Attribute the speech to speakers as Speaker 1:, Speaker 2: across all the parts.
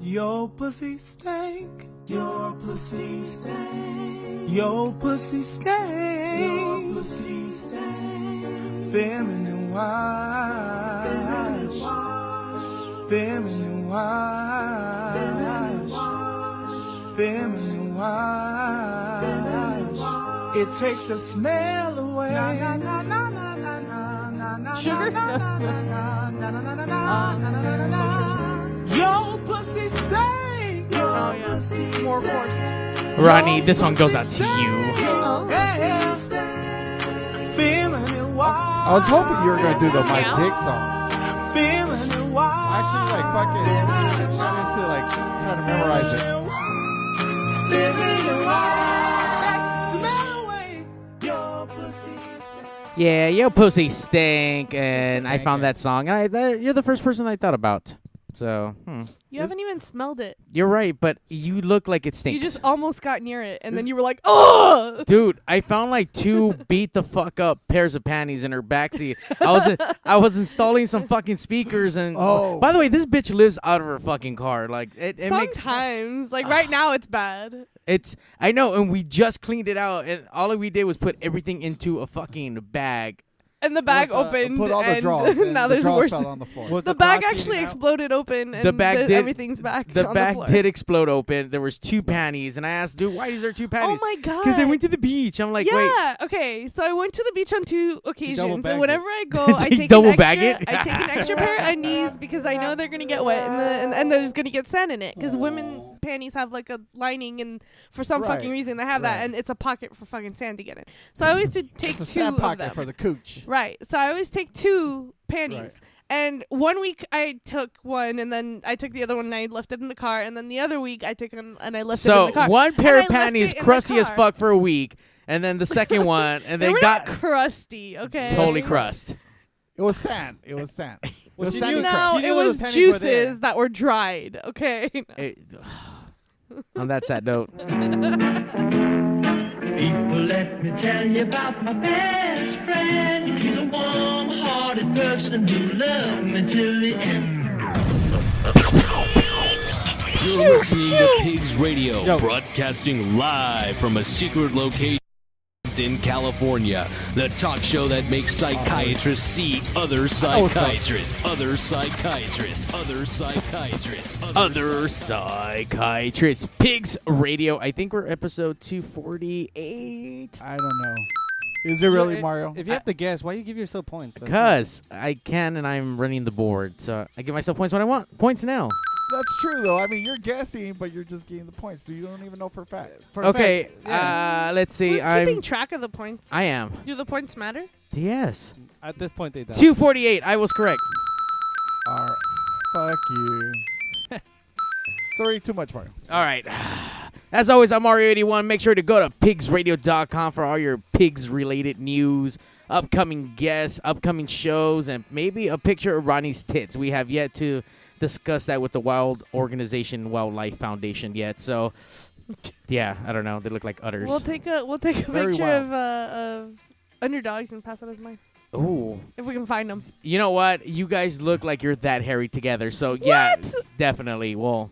Speaker 1: Your pussy stink.
Speaker 2: Your pussy stink.
Speaker 1: Your pussy
Speaker 2: Your
Speaker 1: stink.
Speaker 2: pussy stink.
Speaker 1: Feminine
Speaker 2: Feminine
Speaker 1: wash.
Speaker 2: wash.
Speaker 1: Feminine
Speaker 2: Feminine
Speaker 1: wash.
Speaker 2: wash.
Speaker 1: Feminine
Speaker 2: Feminine
Speaker 1: wash.
Speaker 2: wash.
Speaker 1: It takes the smell away.
Speaker 3: Sugar?
Speaker 4: Ah.
Speaker 1: Your pussy stink.
Speaker 3: Oh, yeah. More force.
Speaker 5: Ronnie, this one goes out to you.
Speaker 1: I
Speaker 6: I was hoping you were gonna do the my
Speaker 3: Yeah.
Speaker 6: dick song.
Speaker 1: Feeling wild.
Speaker 6: I Actually, like fucking got into like trying to memorize it.
Speaker 1: Feeling wild. Smell away your pussy.
Speaker 5: Yeah, yo pussy stink, and I found that song, and I that, you're the first person I thought about. So hmm.
Speaker 3: You haven't even smelled it.
Speaker 5: you're right, but you look like it stinks.
Speaker 3: You just almost got near it, and then you were like, "Oh!"
Speaker 5: Dude, I found like two beat the fuck up pairs of panties in her backseat. I was I was installing some fucking speakers and
Speaker 6: Oh.
Speaker 5: by the way, this bitch lives out of her fucking car. Like it, it makes
Speaker 3: Sometimes, like right now, it's bad.
Speaker 5: it's I know, and we just cleaned it out and all we did was put everything into a fucking bag.
Speaker 3: And the bag
Speaker 7: Was, uh,
Speaker 3: opened.
Speaker 6: Put all the
Speaker 3: and
Speaker 6: draws. And
Speaker 3: now
Speaker 6: the
Speaker 3: there's
Speaker 6: draws
Speaker 3: worse.
Speaker 6: fell on the floor.
Speaker 7: Was
Speaker 3: The bag
Speaker 7: crotch
Speaker 3: actually
Speaker 7: eating out?
Speaker 3: exploded open, and
Speaker 5: The bag
Speaker 3: there's-
Speaker 5: did-
Speaker 3: everything's back.
Speaker 5: The
Speaker 3: on
Speaker 5: bag
Speaker 3: floor.
Speaker 5: did explode open. There was two panties and I asked, dude, why is there two
Speaker 3: Oh
Speaker 5: panties?
Speaker 3: my god!
Speaker 5: Because they went to the beach. I'm like, wait,
Speaker 3: yeah. Okay. So I went to the beach on two occasions,
Speaker 7: bags it.
Speaker 3: and whenever I go, I
Speaker 5: She
Speaker 3: take
Speaker 5: double
Speaker 3: an extra,
Speaker 5: bag it?
Speaker 3: I take an extra pair of knees because I know they're gonna get wet, and the, and, and there's gonna get sand in it because women panties have like a lining, and for some
Speaker 6: Right,
Speaker 3: fucking reason they have that,
Speaker 6: right.
Speaker 3: and it's a pocket for fucking sand to get in. So I always did take
Speaker 6: It's a
Speaker 3: two
Speaker 6: snap
Speaker 3: of
Speaker 6: pocket
Speaker 3: them.
Speaker 6: for the cooch.
Speaker 3: Right. So I always take two panties.
Speaker 6: Right.
Speaker 3: And one week I took one, and then I took the other one, and I left it in the car. And then the other week I took one, and I left it
Speaker 5: so
Speaker 3: in the car.
Speaker 5: one pair
Speaker 3: And
Speaker 5: of
Speaker 3: I left
Speaker 5: panties
Speaker 3: it in the
Speaker 5: crusty as
Speaker 3: car.
Speaker 5: fuck for a week, and then the second one and
Speaker 3: They,
Speaker 5: they
Speaker 3: were
Speaker 5: got
Speaker 3: not crusty, okay?
Speaker 5: totally
Speaker 3: They were-
Speaker 5: crust.
Speaker 6: It was sand. It was sand. It
Speaker 7: Well,
Speaker 6: was
Speaker 7: she
Speaker 6: sandy
Speaker 7: knew-
Speaker 6: crust.
Speaker 3: No,
Speaker 7: You
Speaker 3: it
Speaker 7: knew where the
Speaker 3: was
Speaker 7: panties were there.
Speaker 3: juices that were dried, okay?
Speaker 5: It- on that sad note,
Speaker 8: People, let me tell you about my best friend. He's a warm-hearted person who loved me till the end.
Speaker 9: You're listening to Pigs Radio, broadcasting live from a secret location in California. The talk show that makes psychiatrists see other
Speaker 6: what's up.
Speaker 9: psychiatrists, other psychiatrists, other psychiatrists,
Speaker 5: other psychiatrist, pigs radio. I think we're episode two forty eight.
Speaker 6: I don't know. Is it really
Speaker 7: If-
Speaker 6: Mario?
Speaker 7: If you have to guess, why do you give yourself points? That's
Speaker 5: Cause I can and I'm running the board, so I give myself points when I want. Points now.
Speaker 6: That's true though. I mean, you're guessing, but you're just getting the points. So you don't even know for a fact.
Speaker 7: not- for a
Speaker 5: Okay,
Speaker 7: fact, yeah.
Speaker 5: uh, let's see.
Speaker 3: Who's
Speaker 5: I'm
Speaker 3: keeping track of the points?
Speaker 5: I am.
Speaker 3: Do the points matter?
Speaker 5: Yes,
Speaker 7: At this point, they don't.
Speaker 5: two forty eight. I was correct.
Speaker 6: All right. Fuck you. it's already too much, Mario.
Speaker 5: All right. As always, I'm Mario81. Make sure to go to pigsradio.com for all your pigs related news, upcoming guests, upcoming shows, and maybe a picture of Ronnie's tits. We have yet to discuss that with the Wild Organization Wildlife Foundation yet. So, yeah, I don't know. They look like udders.
Speaker 3: We'll take a we'll take a
Speaker 6: Very
Speaker 3: picture
Speaker 6: wild.
Speaker 3: of uh, of underdogs and pass it as mine
Speaker 5: Ooh.
Speaker 3: if we can find them.
Speaker 5: You know what? You guys look like you're that hairy together. So, yeah,
Speaker 3: What?
Speaker 5: definitely. We'll.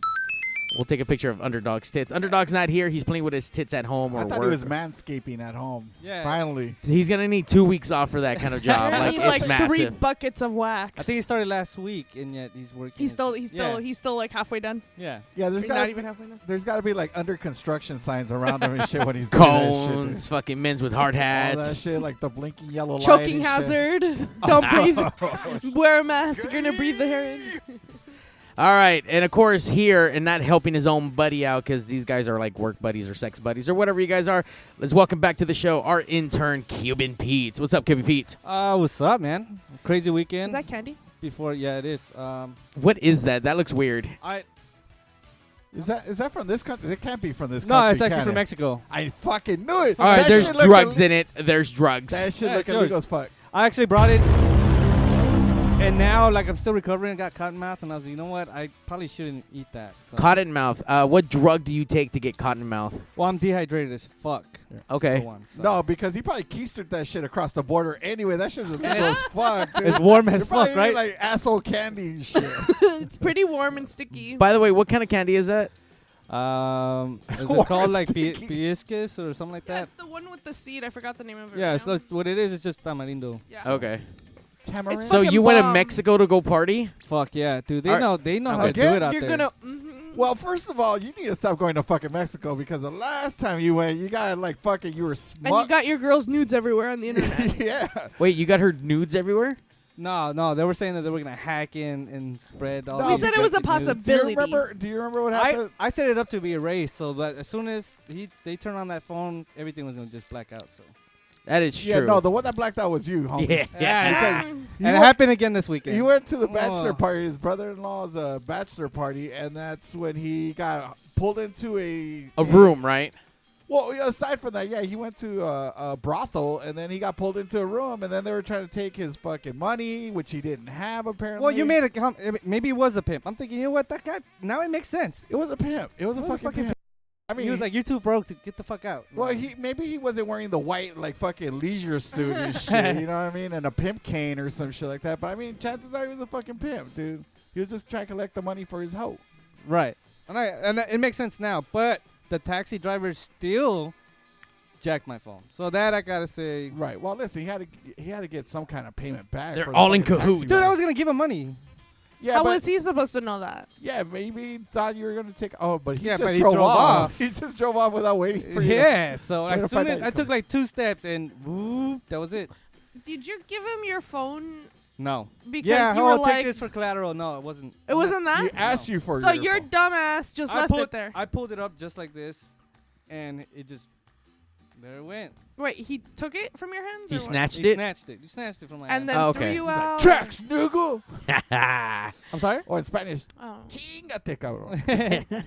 Speaker 5: We'll take a picture of Underdog's tits. Underdog's not here. He's playing with his tits at home or
Speaker 6: I thought
Speaker 5: work.
Speaker 6: he was manscaping at home.
Speaker 7: Yeah.
Speaker 6: Finally.
Speaker 5: He's gonna need two weeks off for that kind of job.
Speaker 3: I
Speaker 5: like
Speaker 3: need
Speaker 5: it's
Speaker 3: like three
Speaker 5: massive.
Speaker 3: buckets of wax.
Speaker 7: I think he started last week, and yet he's working.
Speaker 3: He's
Speaker 7: his-
Speaker 3: still, he's still,
Speaker 7: Yeah.
Speaker 3: he's still like halfway done.
Speaker 7: yeah.
Speaker 6: Yeah. There's
Speaker 3: He's not
Speaker 6: got
Speaker 3: even halfway done.
Speaker 6: there's got to be like under construction signs around him and shit when he's doing that shit. dude.
Speaker 5: Cones, fucking men's with hard
Speaker 6: All that
Speaker 5: hats.
Speaker 6: shit, like the blinking yellow light and
Speaker 3: Choking hazard. Don't breathe. Wear a mask. You're gonna breathe the hair in.
Speaker 5: All right, and of course here, and not helping his own buddy out because these guys are like work buddies or sex buddies or whatever you guys are. Let's welcome back to the show our intern Cuban Pete. What's up, Cuban Pete?
Speaker 7: Uh, what's up, man? Crazy weekend.
Speaker 3: Is that candy?
Speaker 7: Before, yeah, it is. Um,
Speaker 5: What is that? That looks weird.
Speaker 7: I
Speaker 6: Shit. Is that is that from this country? It can't be from this country.
Speaker 7: no, it's actually
Speaker 6: can
Speaker 7: from
Speaker 6: it?
Speaker 7: Mexico.
Speaker 6: I fucking knew it.
Speaker 5: All right,
Speaker 6: That
Speaker 5: there's
Speaker 6: shit look
Speaker 5: drugs
Speaker 6: Ill-
Speaker 5: in it. There's drugs.
Speaker 6: That shit
Speaker 7: Yeah,
Speaker 6: look
Speaker 7: it's yours.
Speaker 6: illegal as fuck.
Speaker 7: I actually brought it. And now, like, I'm still recovering. I got cotton mouth, and I was, you know what? I probably shouldn't eat that. So.
Speaker 5: Cotton mouth. Uh, what drug do you take to get cotton mouth?
Speaker 7: Well, I'm dehydrated as fuck.
Speaker 5: Okay.
Speaker 7: For one, so.
Speaker 6: No, because he probably keistered that shit across the border anyway. That shit's illegal as fuck. Dude.
Speaker 7: It's warm as
Speaker 6: You're probably
Speaker 7: fuck, right?
Speaker 6: eating, Like asshole candy and shit.
Speaker 3: it's pretty warm and sticky.
Speaker 5: By the way, what kind of candy is that?
Speaker 7: um, is
Speaker 6: Warm
Speaker 7: it called
Speaker 6: as
Speaker 7: like pi-
Speaker 6: sticky.
Speaker 7: piescas or something like
Speaker 3: yeah,
Speaker 7: that?
Speaker 3: it's the one with the seed. I forgot the name of it.
Speaker 7: Yeah,
Speaker 3: right
Speaker 7: it's,
Speaker 3: now.
Speaker 7: it's what it is. It's just tamarindo.
Speaker 3: yeah.
Speaker 5: Okay.
Speaker 6: Tamarind.
Speaker 3: It's
Speaker 5: um, So
Speaker 3: Fucking
Speaker 5: you went to
Speaker 3: bomb.
Speaker 5: Mexico to go party?
Speaker 7: Fuck yeah, dude. They
Speaker 5: Alright.
Speaker 7: know. They know how to do
Speaker 6: Again?
Speaker 7: it out
Speaker 3: You're
Speaker 7: there.
Speaker 3: gonna. mhm.
Speaker 6: well, first of all, you need to stop going to fucking Mexico because the last time you went, you got like fucking you were
Speaker 3: and you
Speaker 6: smug.
Speaker 3: got your girls' nudes everywhere on the internet.
Speaker 6: yeah.
Speaker 5: Wait, you got her nudes everywhere?
Speaker 7: no, no. They were saying that they were gonna hack in and spread all.
Speaker 6: No,
Speaker 3: we
Speaker 6: Oh,
Speaker 7: these
Speaker 3: said it was a
Speaker 7: infected nudes.
Speaker 6: Do you
Speaker 3: possibility.
Speaker 6: remember? Do you remember what
Speaker 7: I,
Speaker 6: happened?
Speaker 7: I set it up to be a race so that as soon as he they turn on that phone, everything was gonna just black out. So
Speaker 5: That is
Speaker 6: yeah,
Speaker 5: true.
Speaker 6: no, the one that blacked out was you, homie.
Speaker 5: yeah, yeah.
Speaker 3: Ah.
Speaker 6: because You
Speaker 7: and it
Speaker 6: went-
Speaker 7: happened again this weekend.
Speaker 6: You went to the bachelor
Speaker 7: Oh.
Speaker 6: party, his brother-in-law's uh, bachelor party, and that's when he got pulled into a
Speaker 5: A room, right?
Speaker 6: Well, yeah, aside from that, yeah, he went to uh, a brothel and then he got pulled into a room, and then they were trying to take his fucking money, which he didn't have apparently.
Speaker 7: well, you made a com- eh, maybe it was a pimp. I'm thinking, you know what? That guy now it makes sense.
Speaker 6: It was a pimp. It was,
Speaker 7: It
Speaker 6: a, fucking pimp. I mean,
Speaker 7: he was like, "You're too broke to get the fuck out."
Speaker 6: well,
Speaker 7: No.
Speaker 6: he maybe he wasn't wearing the white like fucking leisure suit and shit. You know what I mean? And a pimp cane or some shit like that. But I mean, chances are he was a fucking pimp, dude. He was just trying to collect the money for his hoe.
Speaker 7: right, and I and it makes sense now. But the taxi driver still jacked my phone, so that I gotta say, dude,
Speaker 6: Right. Well, listen, he had to he had to get some kind of payment back.
Speaker 5: They're
Speaker 6: for the
Speaker 5: all in
Speaker 6: fucking taxi
Speaker 5: cahoots. Dude,
Speaker 6: ride.
Speaker 7: I was gonna give him money.
Speaker 6: yeah,
Speaker 3: How
Speaker 6: but-
Speaker 3: was he supposed to know that?
Speaker 6: Yeah, maybe thought you were gonna take. Oh, but he
Speaker 7: Yeah,
Speaker 6: just
Speaker 7: but he
Speaker 6: drove,
Speaker 7: drove
Speaker 6: off.
Speaker 7: off.
Speaker 6: He just drove off without waiting for you.
Speaker 7: yeah, so
Speaker 6: Way
Speaker 7: as
Speaker 6: to
Speaker 7: soon
Speaker 6: find
Speaker 7: as
Speaker 6: out
Speaker 7: I
Speaker 6: you
Speaker 7: took like two steps and whoop, that was it.
Speaker 3: Did you give him your phone
Speaker 7: No,
Speaker 3: because
Speaker 7: yeah,
Speaker 3: you
Speaker 7: oh,
Speaker 3: were
Speaker 7: take
Speaker 3: like,
Speaker 7: this for collateral. No, it wasn't.
Speaker 3: it wasn't that?
Speaker 6: He asked you for.
Speaker 3: so
Speaker 6: your
Speaker 3: your
Speaker 6: phone.
Speaker 3: dumbass just
Speaker 7: I
Speaker 3: left
Speaker 7: pulled
Speaker 3: it there.
Speaker 7: I pulled it up just like this, and it just there it went.
Speaker 3: Wait, he took it from your hands.
Speaker 5: He
Speaker 3: or what?
Speaker 5: snatched
Speaker 7: You
Speaker 5: it.
Speaker 7: snatched it. You snatched it from my hand.
Speaker 3: and then
Speaker 5: Oh, okay.
Speaker 3: threw you out.
Speaker 6: Tax, nigga.
Speaker 7: I'm sorry.
Speaker 6: Or in Spanish,
Speaker 3: Oh.
Speaker 6: chingate cabrón.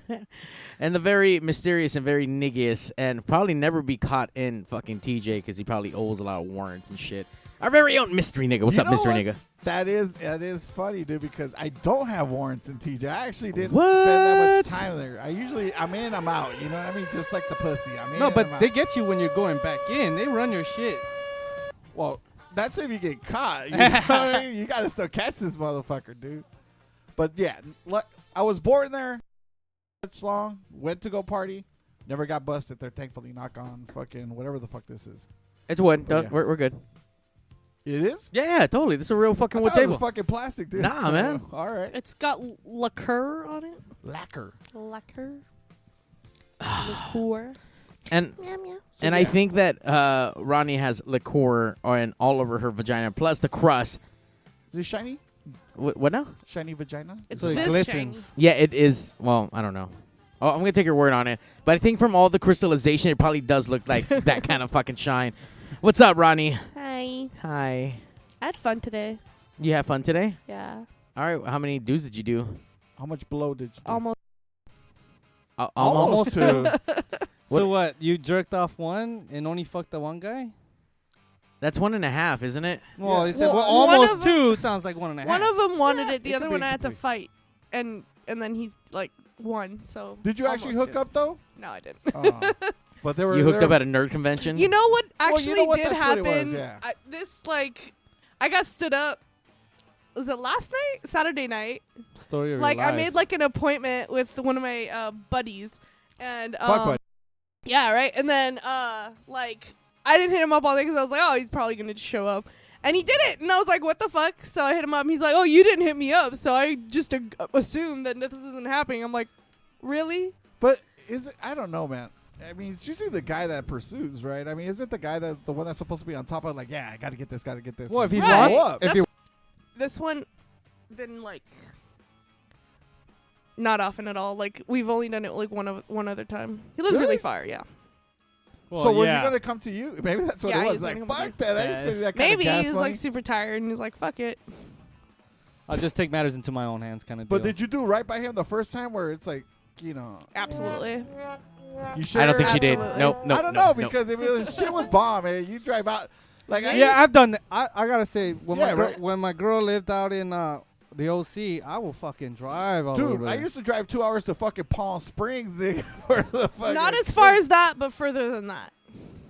Speaker 5: and the very mysterious and very niggious and probably never be caught in fucking TJ because he probably owes a lot of warrants and shit. Our very own mystery nigga. What's
Speaker 6: You
Speaker 5: up,
Speaker 6: know
Speaker 5: mystery
Speaker 6: what?
Speaker 5: nigga?
Speaker 6: That is that is funny, dude. Because I don't have warrants in TJ. I actually didn't
Speaker 5: What?
Speaker 6: spend that much time there. I usually I'm in, I'm out. You know what I mean? Just like the pussy. I'm in.
Speaker 7: No,
Speaker 6: I'm
Speaker 7: but
Speaker 6: out.
Speaker 7: they get you when you're going back in. They run your shit.
Speaker 6: Well, that's if you get caught. You, know what I mean? You gotta still catch this motherfucker, dude. But yeah, like, I was born there. Much long. Went to go party. Never got busted there. Thankfully, knock on fucking whatever the fuck this is.
Speaker 5: It's
Speaker 7: Oh,
Speaker 5: wood. Don't,
Speaker 6: yeah.
Speaker 5: we're, we're good.
Speaker 6: It is.
Speaker 5: Yeah, totally. This is a real fucking
Speaker 6: I
Speaker 5: wood
Speaker 6: thought it was
Speaker 5: table.
Speaker 6: fucking plastic, dude.
Speaker 5: Nah, man.
Speaker 6: All right.
Speaker 3: It's got l- liqueur on it.
Speaker 6: Lacquer.
Speaker 3: Liqueur. liqueur.
Speaker 5: and and I
Speaker 6: yeah.
Speaker 5: think that uh, Ronnie has liqueur on all over her vagina, plus the crust.
Speaker 6: Is it shiny?
Speaker 5: What, what now?
Speaker 6: Shiny vagina?
Speaker 3: It's
Speaker 7: So it
Speaker 3: this
Speaker 7: glistens.
Speaker 3: shiny.
Speaker 5: Yeah, it is. Well, I don't know. Oh, I'm gonna take your word on it. But I think from all the crystallization, it probably does look like that kind of fucking shine. What's up, Ronnie?
Speaker 3: Hi.
Speaker 5: Hi.
Speaker 3: I had fun today.
Speaker 5: You have fun today?
Speaker 3: Yeah.
Speaker 5: All right. How many dudes did you do?
Speaker 6: How much blow did you? do?
Speaker 3: Almost.
Speaker 5: Uh,
Speaker 6: Almost two.
Speaker 7: So what? You jerked off one and only fucked the one guy?
Speaker 5: That's one and a half, isn't it?
Speaker 7: Well,
Speaker 6: Yeah.
Speaker 7: he said well,
Speaker 3: Well, one
Speaker 7: almost
Speaker 3: of-
Speaker 7: two sounds like one and a half.
Speaker 3: One of them wanted
Speaker 6: Yeah,
Speaker 3: it. The
Speaker 6: it
Speaker 3: other
Speaker 6: could
Speaker 3: one
Speaker 6: be
Speaker 3: I had to
Speaker 6: complete.
Speaker 3: fight, and and then he's like won. So
Speaker 6: Did you actually
Speaker 3: almost
Speaker 6: hook
Speaker 3: did.
Speaker 6: up though?
Speaker 3: No, I didn't.
Speaker 6: Oh. But there were
Speaker 5: You hooked
Speaker 6: there-
Speaker 5: up at a nerd convention.
Speaker 3: You know what
Speaker 6: Well, you
Speaker 3: actually
Speaker 6: know what?
Speaker 3: did
Speaker 6: That's what
Speaker 3: happen?
Speaker 6: it was, yeah.
Speaker 3: I, this like, I got stood up. Was it last night? Saturday night.
Speaker 7: Story of your
Speaker 3: like I
Speaker 7: life.
Speaker 3: made like an appointment with one of my uh, buddies, and um,
Speaker 6: Fuck buddy.
Speaker 3: yeah, right. And then uh, like I didn't hit him up all day because I was like, oh, he's probably gonna just show up, and he did it, and I was like, what the fuck? So I hit him up. And he's like, oh, you didn't hit me up, so I just ag- assumed that this isn't happening. I'm like, really?
Speaker 6: But is it, I don't know, man. I mean, it's usually the guy that pursues, right? I mean, isn't the guy that the one that's supposed to be on top of like, yeah, I got to get this, got to get this.
Speaker 7: Well, if he
Speaker 6: and
Speaker 3: Right.
Speaker 6: follow
Speaker 7: lost,
Speaker 6: up.
Speaker 7: if
Speaker 3: That's
Speaker 7: he
Speaker 3: This one, been like. Not often at all. Like we've only done it like one of one other time. He lives really
Speaker 6: Really?
Speaker 3: far, yeah.
Speaker 7: well,
Speaker 6: so was
Speaker 7: yeah.
Speaker 6: he gonna come to you? Maybe that's what
Speaker 3: Yeah,
Speaker 6: it
Speaker 3: he
Speaker 6: was.
Speaker 3: was
Speaker 6: Like,
Speaker 3: gonna come
Speaker 6: fuck
Speaker 3: to
Speaker 6: that! I just
Speaker 7: Yes.
Speaker 6: spent that kind
Speaker 3: Maybe
Speaker 6: of gas
Speaker 3: he's
Speaker 6: money.
Speaker 3: like super tired and he's like, "Fuck it."
Speaker 7: I'll just take matters into my own hands, kind of.
Speaker 6: but did you do right by him the first time? Where it's like, you know,
Speaker 3: Absolutely.
Speaker 6: you sure?
Speaker 5: I don't think she did.
Speaker 3: Absolutely.
Speaker 5: Nope. Nope.
Speaker 6: I don't
Speaker 5: nope,
Speaker 6: know
Speaker 5: nope.
Speaker 6: because if the shit was bomb, man, you drive out. Like I
Speaker 7: yeah, I've done. That. I I gotta say, when
Speaker 6: Yeah,
Speaker 7: my girl,
Speaker 6: right.
Speaker 7: when my girl lived out in uh, the OC, I will fucking drive all
Speaker 6: used,
Speaker 7: over.
Speaker 6: dude, I
Speaker 7: there.
Speaker 6: used to drive two hours to fucking Palm Springs nigga, for the fucking.
Speaker 3: Not as far as that, but further than that.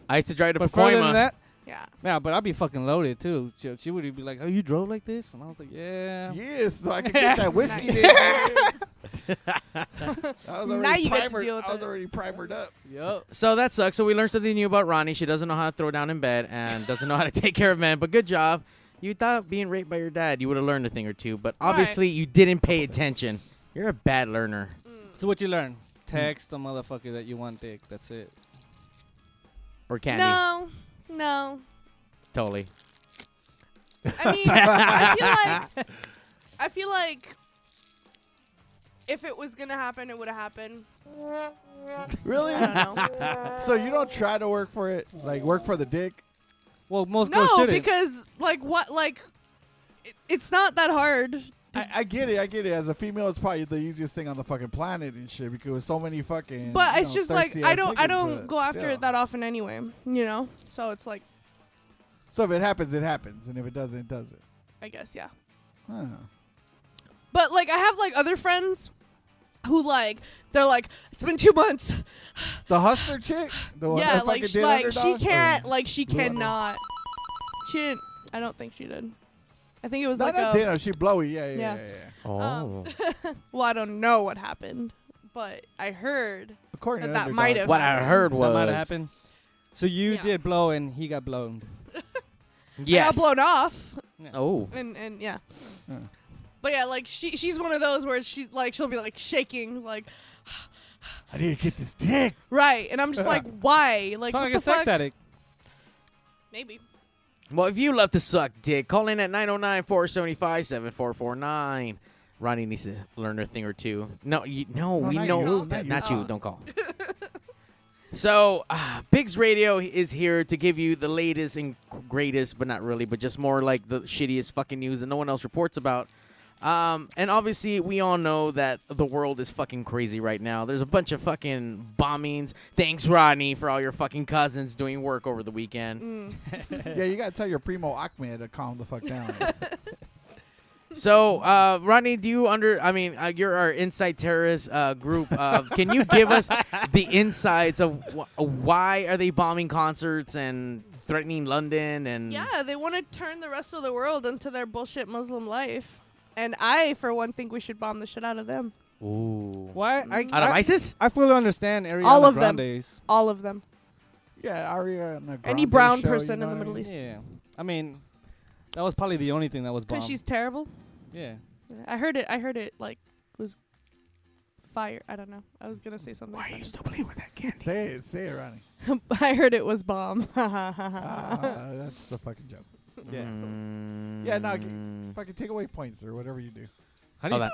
Speaker 5: I used to drive to
Speaker 7: but further than
Speaker 5: Pacoima.
Speaker 7: that,
Speaker 3: Yeah.
Speaker 7: yeah, but I'd be fucking loaded too. She, she would be like, "Oh, you drove like this?" And I was like, "Yeah."
Speaker 6: Yes, so I could get that whiskey. nigga. I was already
Speaker 3: Now you get to
Speaker 6: primered.
Speaker 3: deal with
Speaker 6: I was
Speaker 3: it.
Speaker 6: already primered up.
Speaker 7: Yep.
Speaker 5: Uh, So that sucks. So we learned something new about Ronnie. She doesn't know how to throw down in bed and doesn't know how to take care of men. But good job. You thought being raped by your dad, you would have learned a thing or two. But
Speaker 3: Right.
Speaker 5: obviously, you didn't pay attention. You're a bad learner.
Speaker 7: So what you
Speaker 5: Mm.
Speaker 7: learn? Text the motherfucker that you want dick. That's it.
Speaker 5: Or candy.
Speaker 3: No. No.
Speaker 5: Totally.
Speaker 3: I mean, I feel like I feel like if it was gonna happen, it would have happened.
Speaker 6: Really?
Speaker 3: I don't know.
Speaker 6: So you don't try to work for it, like work for the dick.
Speaker 7: Well, most girls
Speaker 3: no,
Speaker 7: shouldn't.
Speaker 3: because like what like it, it's not that hard.
Speaker 6: I, I get it, I get it. As a female, it's probably the easiest thing on the fucking planet and shit because there's so many fucking.
Speaker 3: But
Speaker 6: you
Speaker 3: it's
Speaker 6: know,
Speaker 3: just like
Speaker 6: thirsty
Speaker 3: I
Speaker 6: ass
Speaker 3: don't I
Speaker 6: niggas,
Speaker 3: don't
Speaker 6: but
Speaker 3: go after
Speaker 6: still.
Speaker 3: it that often anyway, you know? So it's like
Speaker 6: So if it happens, it happens, and if it doesn't, it doesn't.
Speaker 3: I guess yeah.
Speaker 6: Huh.
Speaker 3: But like I have like other friends who like they're like it's been 2 months.
Speaker 6: The hustler chick, the one
Speaker 3: yeah,
Speaker 6: that
Speaker 3: like
Speaker 6: fucking
Speaker 3: she,
Speaker 6: did
Speaker 3: like she
Speaker 6: Underdog?
Speaker 3: can't
Speaker 6: Or-
Speaker 3: like she
Speaker 6: Blue Underdog.
Speaker 3: cannot. She didn't I don't think she did. I think it was
Speaker 6: Not
Speaker 3: like
Speaker 6: that
Speaker 3: a
Speaker 6: dinner. She blowy. Yeah, yeah, yeah.
Speaker 3: Yeah.
Speaker 6: yeah, yeah.
Speaker 5: Oh.
Speaker 3: Well, I don't know what happened, but I heard.
Speaker 6: According
Speaker 3: That
Speaker 6: to
Speaker 3: that
Speaker 6: Underdog.
Speaker 3: might have-
Speaker 5: what I heard
Speaker 7: that
Speaker 5: was.
Speaker 7: might happen. So you
Speaker 3: Yeah.
Speaker 7: did blow, and he got blown.
Speaker 5: Yes.
Speaker 3: I got blown off,
Speaker 5: oh.
Speaker 3: and and yeah.
Speaker 6: Yeah.
Speaker 3: But yeah, like she she's one of those where she's like she'll be like shaking like
Speaker 6: I need to get this dick.
Speaker 3: right, and I'm just like why like
Speaker 7: Sound like
Speaker 3: what the
Speaker 7: a sex
Speaker 3: fuck?
Speaker 7: addict.
Speaker 3: maybe
Speaker 5: Well, if you love to suck dick, call in at 909 475 7449. Ronnie needs to learn a thing or two. No, you, no,
Speaker 6: No,
Speaker 5: we
Speaker 6: not
Speaker 5: know
Speaker 6: you.
Speaker 5: that.
Speaker 6: Not
Speaker 5: Not
Speaker 3: you.
Speaker 5: you. Don't call. so, uh, Pigs Radio is here to give you the latest and greatest, but not really, but just more like the shittiest fucking news that no one else reports about. Um, and obviously, we all know that the world is fucking crazy right now. There's a bunch of fucking bombings. Thanks, Rodney, for all your fucking cousins doing work over the weekend.
Speaker 6: yeah, you gotta tell your primo Ahmed to calm the fuck down.
Speaker 5: So, uh, Rodney, do you under? I mean, uh, you're our inside terrorist uh, group. Uh, can you give us the insights of wh- uh, why are they bombing concerts and threatening London?
Speaker 6: Mm.
Speaker 5: And
Speaker 3: yeah they want to turn the rest of the world into their bullshit Muslim life, and I for one think we should bomb the shit out of them,
Speaker 5: ooh,
Speaker 7: Why? I,
Speaker 5: out of
Speaker 7: I,
Speaker 5: ISIS?
Speaker 7: I fully understand Ariana
Speaker 3: Mm. All of them.
Speaker 7: Grande's.
Speaker 3: all of them.
Speaker 6: yeah, Ariana. Grande
Speaker 3: Any brown
Speaker 6: show,
Speaker 3: person
Speaker 6: you know
Speaker 3: in the
Speaker 6: what I
Speaker 3: Middle
Speaker 6: mean?
Speaker 3: East
Speaker 7: Yeah. I mean, that was probably the only thing that was bombed.
Speaker 3: because she's terrible.
Speaker 7: yeah.
Speaker 3: I heard it. I heard it like was fire. I don't know. I was gonna say something. funny.
Speaker 6: Say it, say it, Ronnie.
Speaker 3: I heard it was bomb.
Speaker 6: Ah, that's the fucking joke.
Speaker 7: Yeah.
Speaker 5: Mm.
Speaker 6: Yeah, no, g- Fucking take away points or whatever you do.
Speaker 7: How do
Speaker 5: Hold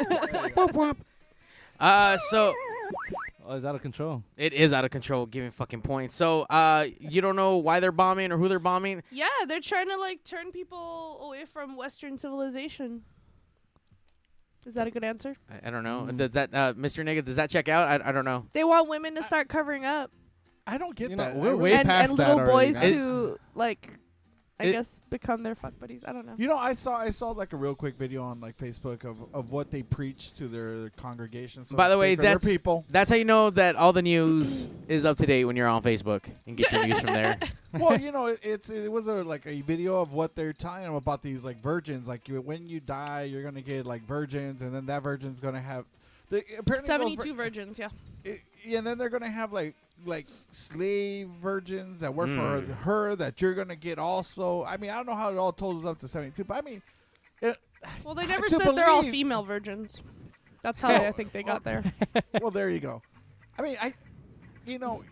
Speaker 7: you?
Speaker 5: on. Womp womp. Uh, so
Speaker 7: Oh, it's out of control.
Speaker 5: it is out of control, giving fucking points. So, uh, you don't know why they're bombing or who they're bombing.
Speaker 3: yeah, they're trying to like turn people away from Western civilization. Is that a good answer?
Speaker 5: I, I don't know.
Speaker 7: Mm-hmm.
Speaker 5: Does that, uh, Mr. Nigga, does that check out? I, I don't know.
Speaker 3: They want women to start covering up
Speaker 6: I don't get
Speaker 7: You know,
Speaker 6: that.
Speaker 7: we're
Speaker 6: I
Speaker 7: way-
Speaker 3: and,
Speaker 7: past
Speaker 3: and
Speaker 7: that
Speaker 3: little
Speaker 7: already,
Speaker 3: boys
Speaker 5: guys.
Speaker 3: to like, I
Speaker 5: It-
Speaker 3: guess become their fuck buddies. I don't know.
Speaker 6: You know, I saw I saw like a real quick video on like Facebook of, of what they preach to their congregation. So
Speaker 5: By
Speaker 6: to
Speaker 5: the way,
Speaker 6: speak, or their
Speaker 5: that's-
Speaker 6: people.
Speaker 5: That's how you know that all the news is up to date when you're on Facebook and get your news from there.
Speaker 6: well, you know, it, it's it was a, like a video of what they're telling them about these like virgins. Like you, when you die, you're gonna get like virgins, and then that virgin's gonna have. They, apparently those vir-
Speaker 3: Seventy-two virgins. Yeah.
Speaker 6: it- yeah, and then they're gonna have like like slave virgins that work for
Speaker 5: Mm.
Speaker 6: her that you're gonna get also. I mean, I don't know how it all totals up to seventy two, but I mean, it,
Speaker 3: Well, they never
Speaker 6: to
Speaker 3: said they're all
Speaker 6: believe-
Speaker 3: female virgins. That's how they, I think they got there.
Speaker 6: well, there you go. I mean, I, you know,